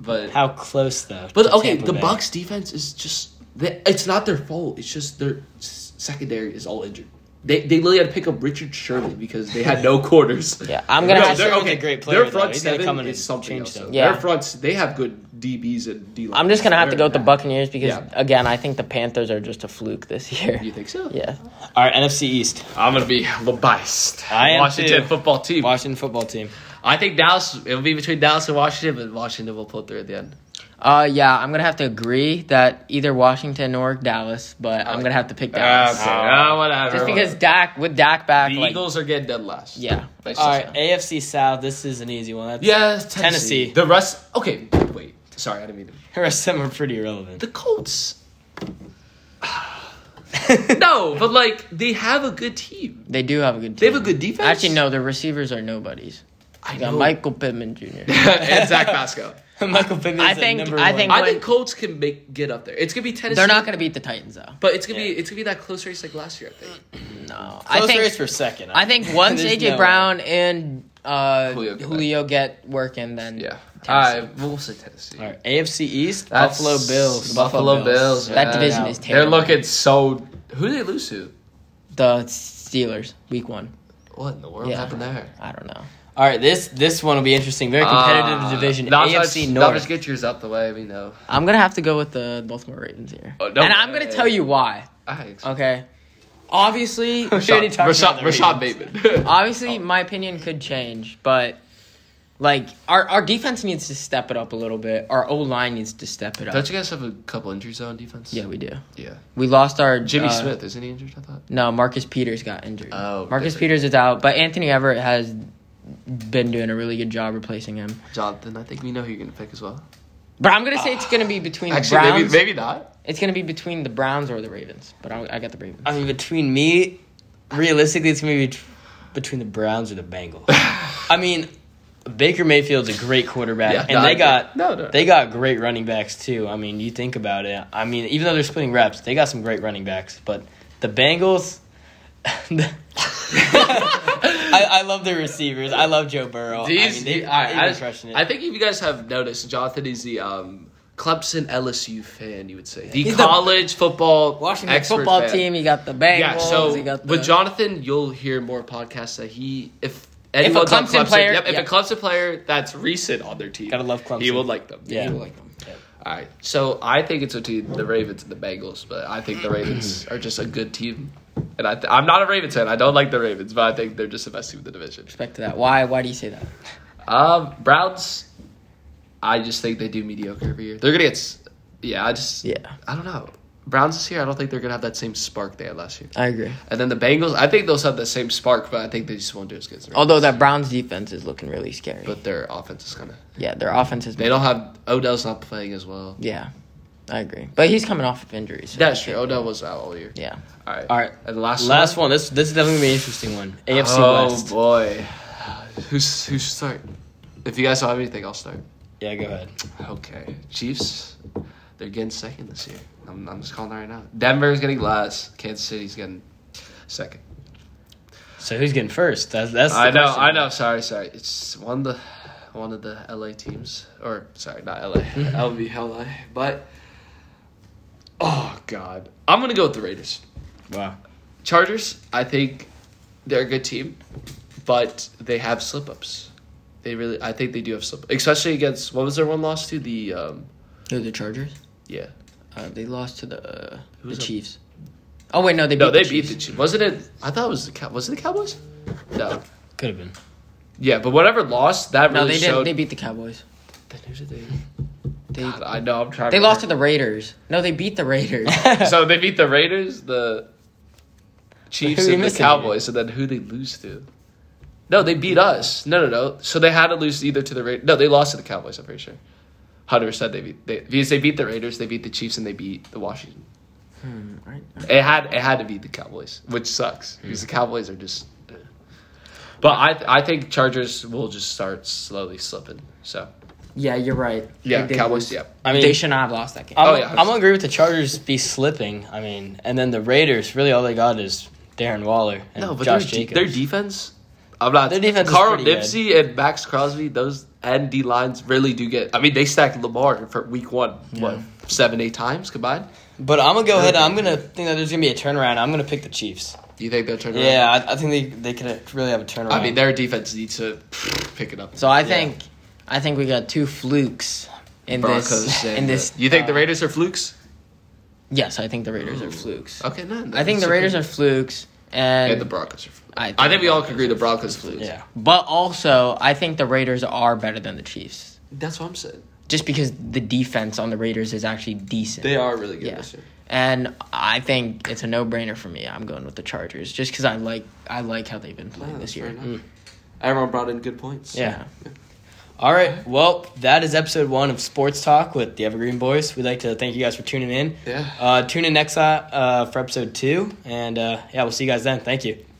[SPEAKER 3] But
[SPEAKER 1] How close though?
[SPEAKER 3] but
[SPEAKER 1] to
[SPEAKER 3] okay,
[SPEAKER 1] Tampa
[SPEAKER 3] the
[SPEAKER 1] Bay?
[SPEAKER 3] Bucks defense is just they, it's not their fault. It's just their s- secondary is all injured. They they literally had to pick up Richard Sherman because they had no quarters.
[SPEAKER 2] Yeah, I'm gonna
[SPEAKER 1] No,
[SPEAKER 2] have
[SPEAKER 1] they're-
[SPEAKER 2] to,
[SPEAKER 1] Sherman's a great player,
[SPEAKER 3] Their
[SPEAKER 1] though.
[SPEAKER 3] front
[SPEAKER 1] He's gonna
[SPEAKER 3] seven
[SPEAKER 1] come in
[SPEAKER 3] is
[SPEAKER 1] and
[SPEAKER 3] something
[SPEAKER 1] change
[SPEAKER 3] else.
[SPEAKER 1] them.
[SPEAKER 3] though.
[SPEAKER 2] Yeah.
[SPEAKER 3] Their fronts they have good DBs and D.
[SPEAKER 2] I'm just gonna have to go with the Buccaneers because
[SPEAKER 3] Yeah.
[SPEAKER 2] again, I think the Panthers are just a fluke this year.
[SPEAKER 3] You think so?
[SPEAKER 2] Yeah,
[SPEAKER 1] All right, NFC East,
[SPEAKER 3] I'm gonna be biased.
[SPEAKER 1] I am
[SPEAKER 3] Washington
[SPEAKER 1] too.
[SPEAKER 3] football team.
[SPEAKER 1] Washington football team.
[SPEAKER 3] I think Dallas. It'll be between Dallas and Washington, but Washington will pull through at the end.
[SPEAKER 2] uh, yeah, I'm gonna have to agree that either Washington or Dallas, but I'm gonna have to pick Dallas
[SPEAKER 3] Uh, whatever.
[SPEAKER 2] just because Dak with Dak back,
[SPEAKER 3] the
[SPEAKER 2] like,
[SPEAKER 3] Eagles are getting dead last.
[SPEAKER 2] yeah,
[SPEAKER 3] That's
[SPEAKER 1] All
[SPEAKER 3] just-
[SPEAKER 1] right, AFC South. This is an easy one. That's,
[SPEAKER 3] Yeah, Tennessee.
[SPEAKER 1] Tennessee.
[SPEAKER 3] The rest. Okay, wait. Sorry, I didn't mean to.
[SPEAKER 1] the rest of them are pretty irrelevant.
[SPEAKER 3] The Colts. no, but like they have a good team.
[SPEAKER 2] they do have a good.
[SPEAKER 3] They
[SPEAKER 2] Team.
[SPEAKER 3] have a good defense.
[SPEAKER 2] Actually, no, the receivers are nobodies.
[SPEAKER 3] I
[SPEAKER 2] You got
[SPEAKER 3] know.
[SPEAKER 2] Michael Pittman Jr.
[SPEAKER 3] and Zach Pasco.
[SPEAKER 1] Michael Pittman's
[SPEAKER 2] I
[SPEAKER 1] at
[SPEAKER 2] think-
[SPEAKER 1] number
[SPEAKER 2] I
[SPEAKER 1] one.
[SPEAKER 2] think-
[SPEAKER 3] I think Colts can make get up there. It's gonna be Tennessee.
[SPEAKER 2] They're not gonna beat the Titans though.
[SPEAKER 3] But it's gonna be
[SPEAKER 1] Yeah.
[SPEAKER 3] it's gonna be that close race like last year. I think.
[SPEAKER 2] No, I
[SPEAKER 1] Close
[SPEAKER 2] think
[SPEAKER 1] race for second.
[SPEAKER 2] I think once
[SPEAKER 1] There's
[SPEAKER 2] AJ
[SPEAKER 1] no-
[SPEAKER 2] Brown and uh,
[SPEAKER 3] Julio
[SPEAKER 2] Julio,
[SPEAKER 3] get
[SPEAKER 2] get working, then
[SPEAKER 3] Yeah.
[SPEAKER 2] Tennessee.
[SPEAKER 3] I we'll say Tennessee.
[SPEAKER 1] All right, AFC East,
[SPEAKER 3] That's-
[SPEAKER 1] Buffalo Bills.
[SPEAKER 3] the Buffalo, Bills.
[SPEAKER 2] That
[SPEAKER 3] man.
[SPEAKER 2] division is terrible.
[SPEAKER 3] They're looking so. Who did they lose to?
[SPEAKER 2] the Steelers week one.
[SPEAKER 3] What in the world
[SPEAKER 2] Yeah.
[SPEAKER 3] happened there?
[SPEAKER 2] I don't know.
[SPEAKER 1] All right, this this one will be interesting. Very competitive
[SPEAKER 2] Ah.
[SPEAKER 3] Uh,
[SPEAKER 1] division.
[SPEAKER 3] Not
[SPEAKER 1] AFC
[SPEAKER 3] just, Not
[SPEAKER 1] North.
[SPEAKER 3] just get yours out the way. We know.
[SPEAKER 2] I'm gonna have to go with the Baltimore Ravens here,
[SPEAKER 3] Oh, no
[SPEAKER 2] and I'm gonna
[SPEAKER 3] way.
[SPEAKER 2] tell you why.
[SPEAKER 3] I
[SPEAKER 2] Okay, obviously,
[SPEAKER 1] Sure. already talked
[SPEAKER 3] Rashad,
[SPEAKER 1] about the
[SPEAKER 3] Rashad Bateman.
[SPEAKER 2] obviously, my opinion could change, but. Like our, our defense needs to step it up a little bit. Our O line needs to step it up.
[SPEAKER 3] Don't you guys have a couple injuries on defense?
[SPEAKER 2] yeah, we do.
[SPEAKER 3] Yeah.
[SPEAKER 2] We lost our
[SPEAKER 3] Jimmy
[SPEAKER 2] uh,
[SPEAKER 3] Smith isn't he injured? I thought.
[SPEAKER 2] No, Marcus Peters got injured.
[SPEAKER 3] Oh,
[SPEAKER 2] Marcus
[SPEAKER 3] different.
[SPEAKER 2] Peters is out, but Anthony Everett has been doing a really good job replacing him.
[SPEAKER 3] Jonathan, I think we know who you're gonna pick as well.
[SPEAKER 2] But I'm gonna say it's gonna be between
[SPEAKER 3] Actually,
[SPEAKER 2] the
[SPEAKER 3] maybe
[SPEAKER 2] Browns.
[SPEAKER 3] maybe not.
[SPEAKER 2] It's gonna be between the Browns or the Ravens. But I, I got the Ravens.
[SPEAKER 1] I mean, between me, realistically, it's gonna be bet- between the Browns or the Bengals. I mean, Baker Mayfield's a great quarterback,
[SPEAKER 3] Yeah,
[SPEAKER 1] and
[SPEAKER 3] no, I
[SPEAKER 1] they
[SPEAKER 3] agree.
[SPEAKER 1] got
[SPEAKER 3] No, no.
[SPEAKER 1] they got great running backs too. I mean, you think about it. I mean, even though they're splitting reps, they got some great running backs. But the Bengals. I, I love their receivers. I love Joe Burrow. I
[SPEAKER 3] These,
[SPEAKER 1] mean, they,
[SPEAKER 3] all right,
[SPEAKER 1] they've
[SPEAKER 3] I,
[SPEAKER 1] been crushing it.
[SPEAKER 3] I think if you guys have noticed, Jonathan is the um, Clemson LSU fan. You would say the
[SPEAKER 2] He's the
[SPEAKER 3] college football
[SPEAKER 2] Washington
[SPEAKER 3] expert
[SPEAKER 2] football
[SPEAKER 3] fan.
[SPEAKER 2] team. You got the Bengals.
[SPEAKER 3] Yeah, so
[SPEAKER 2] you got the,
[SPEAKER 3] with Jonathan, you'll hear more podcasts that he if
[SPEAKER 2] a
[SPEAKER 3] anyone's on
[SPEAKER 2] Clemson player-
[SPEAKER 3] yep, if
[SPEAKER 2] yeah.
[SPEAKER 3] a Clemson player that's recent on their team,
[SPEAKER 1] Gotta love Clemson.
[SPEAKER 3] He will like them.
[SPEAKER 1] Yeah.
[SPEAKER 2] You like them.
[SPEAKER 3] All right. So I think it's between the Ravens and the Bengals, but I think the Ravens are just a good team. And I th- I'm not a Ravens fan. I don't like the Ravens, but I think they're just the best team in the division.
[SPEAKER 2] Respect to that. Why? Why do you say that?
[SPEAKER 3] Um, Browns, I just think they do mediocre every year. They're going to get. s- Yeah, I just.
[SPEAKER 2] Yeah,
[SPEAKER 3] I don't know. Browns this year, I don't think they're going to have that same spark they had last year.
[SPEAKER 2] I agree.
[SPEAKER 3] And then the Bengals, I think they'll have the same spark, but I think they just won't do as good as the Ravens.
[SPEAKER 2] Although that Browns defense is looking really scary.
[SPEAKER 3] But their offense is kind of.
[SPEAKER 2] yeah, their offense has
[SPEAKER 3] They don't have. Odell's not playing as well.
[SPEAKER 2] Yeah, I agree. But he's coming off of injuries. so
[SPEAKER 3] That's
[SPEAKER 2] I
[SPEAKER 3] true.
[SPEAKER 2] can't-
[SPEAKER 3] Odell was out all year.
[SPEAKER 2] Yeah.
[SPEAKER 3] All right.
[SPEAKER 1] All right.
[SPEAKER 3] And the last,
[SPEAKER 1] Last one. This this is definitely gonna be an interesting one. AFC
[SPEAKER 3] oh,
[SPEAKER 1] West.
[SPEAKER 3] boy. Who's who should start? If you guys don't have anything, I'll start.
[SPEAKER 1] Yeah, go ahead.
[SPEAKER 3] Okay. Chiefs, they're getting second this year. I'm, I'm just calling that right now. Denver's getting last. Kansas City's getting second.
[SPEAKER 1] So who's getting first? That's that's. the
[SPEAKER 3] I know,
[SPEAKER 1] question.
[SPEAKER 3] I know. Sorry, sorry. It's one of the one of the LA teams, or sorry, not LA.
[SPEAKER 2] Mm-hmm.
[SPEAKER 3] LV LA. But oh god, I'm gonna go with the Raiders.
[SPEAKER 1] Wow.
[SPEAKER 3] Chargers, I think they're a good team, but they have slip ups. They really, I think they do have slip, especially against what was their one loss to the, um,
[SPEAKER 2] Who the Chargers?
[SPEAKER 3] yeah,
[SPEAKER 2] Uh, they lost to the uh, the
[SPEAKER 3] Who's up?
[SPEAKER 2] Chiefs. Oh wait, no, they
[SPEAKER 3] no,
[SPEAKER 2] beat
[SPEAKER 3] they
[SPEAKER 2] the
[SPEAKER 3] beat
[SPEAKER 2] Chiefs.
[SPEAKER 3] the Chiefs. Wasn't it? I thought it was the Cow. Was it the Cowboys? No.
[SPEAKER 1] Could have been.
[SPEAKER 3] Yeah, but whatever lost that
[SPEAKER 2] No,
[SPEAKER 3] really
[SPEAKER 2] they didn't.
[SPEAKER 3] showed.
[SPEAKER 2] They beat the Cowboys.
[SPEAKER 3] Then who did they?
[SPEAKER 2] They
[SPEAKER 3] God, I know. I'm trying.
[SPEAKER 2] they lost to the Raiders. No, they beat the Raiders.
[SPEAKER 3] so they beat the Raiders, the Chiefs,
[SPEAKER 1] Who you
[SPEAKER 3] and the
[SPEAKER 1] missing here?
[SPEAKER 3] Cowboys, and then who they lose to? No, they beat us. No, no, no. So they had to lose either to the Raiders. No, they lost to the Cowboys. I'm pretty sure. Hundred percent. They beat they because they beat the Raiders, they beat the Chiefs, and they beat the Washington.
[SPEAKER 2] Hmm, right.
[SPEAKER 3] It had it had to beat the Cowboys, which sucks because
[SPEAKER 1] Mm-hmm.
[SPEAKER 3] the Cowboys are just. eh. But I I think Chargers will just start slowly slipping. So
[SPEAKER 2] Yeah, you're right.
[SPEAKER 3] yeah,
[SPEAKER 2] They did
[SPEAKER 3] Cowboys.
[SPEAKER 2] lose.
[SPEAKER 3] Yeah,
[SPEAKER 1] I mean,
[SPEAKER 2] they should not have lost that game.
[SPEAKER 1] I'm,
[SPEAKER 3] Oh, yeah.
[SPEAKER 1] I'm gonna agree with the Chargers be slipping. I mean, and then the Raiders. Really, all they got is Darren Waller and
[SPEAKER 3] No, but
[SPEAKER 1] Josh
[SPEAKER 3] their, de-
[SPEAKER 1] Jacobs.
[SPEAKER 3] their defense. I'm not.
[SPEAKER 1] Their defense is
[SPEAKER 3] Carl
[SPEAKER 1] pretty good.
[SPEAKER 3] Nipsey and Max Crosby, those and D lines really do get. I mean, they stacked Lamar for week one. What seven, eight times combined?
[SPEAKER 1] but I'm gonna go ahead. and I'm gonna think that there's gonna be a turnaround. I'm gonna pick the Chiefs.
[SPEAKER 3] Do you think they'll turn around?
[SPEAKER 1] Yeah, I, I think they they could really have a turnaround.
[SPEAKER 3] I mean, their defense needs to pick it up.
[SPEAKER 2] So I think, I think we got two flukes in this.
[SPEAKER 3] and
[SPEAKER 2] In this,
[SPEAKER 3] you think the
[SPEAKER 2] uh,
[SPEAKER 3] Raiders are flukes?
[SPEAKER 2] Yes, I think the Raiders are flukes.
[SPEAKER 3] Okay, no.
[SPEAKER 2] I think the Raiders are flukes, and
[SPEAKER 3] And the Broncos are. Flukes.
[SPEAKER 2] I
[SPEAKER 3] I
[SPEAKER 2] think
[SPEAKER 3] think, we all can agree the Broncos are flukes.
[SPEAKER 1] yeah.
[SPEAKER 2] but also I think the Raiders are better than the Chiefs,
[SPEAKER 3] that's what I'm saying.
[SPEAKER 2] just because the defense on the Raiders is actually decent.
[SPEAKER 3] They are really good
[SPEAKER 2] Yeah.
[SPEAKER 3] this year.
[SPEAKER 2] and I think it's a no-brainer for me. I'm going with the Chargers just because I like I like how they've been playing
[SPEAKER 3] Yeah,
[SPEAKER 2] this
[SPEAKER 3] that's
[SPEAKER 2] year.
[SPEAKER 3] fair enough. Everyone brought in good points.
[SPEAKER 2] Yeah.
[SPEAKER 1] All right. Well, that is episode one of Sports Talk with the Evergreen Boys. We'd like to thank you guys for tuning in.
[SPEAKER 3] Yeah.
[SPEAKER 1] Uh, tune in next uh, uh, for episode two, and uh, yeah, we'll see you guys then. Thank you.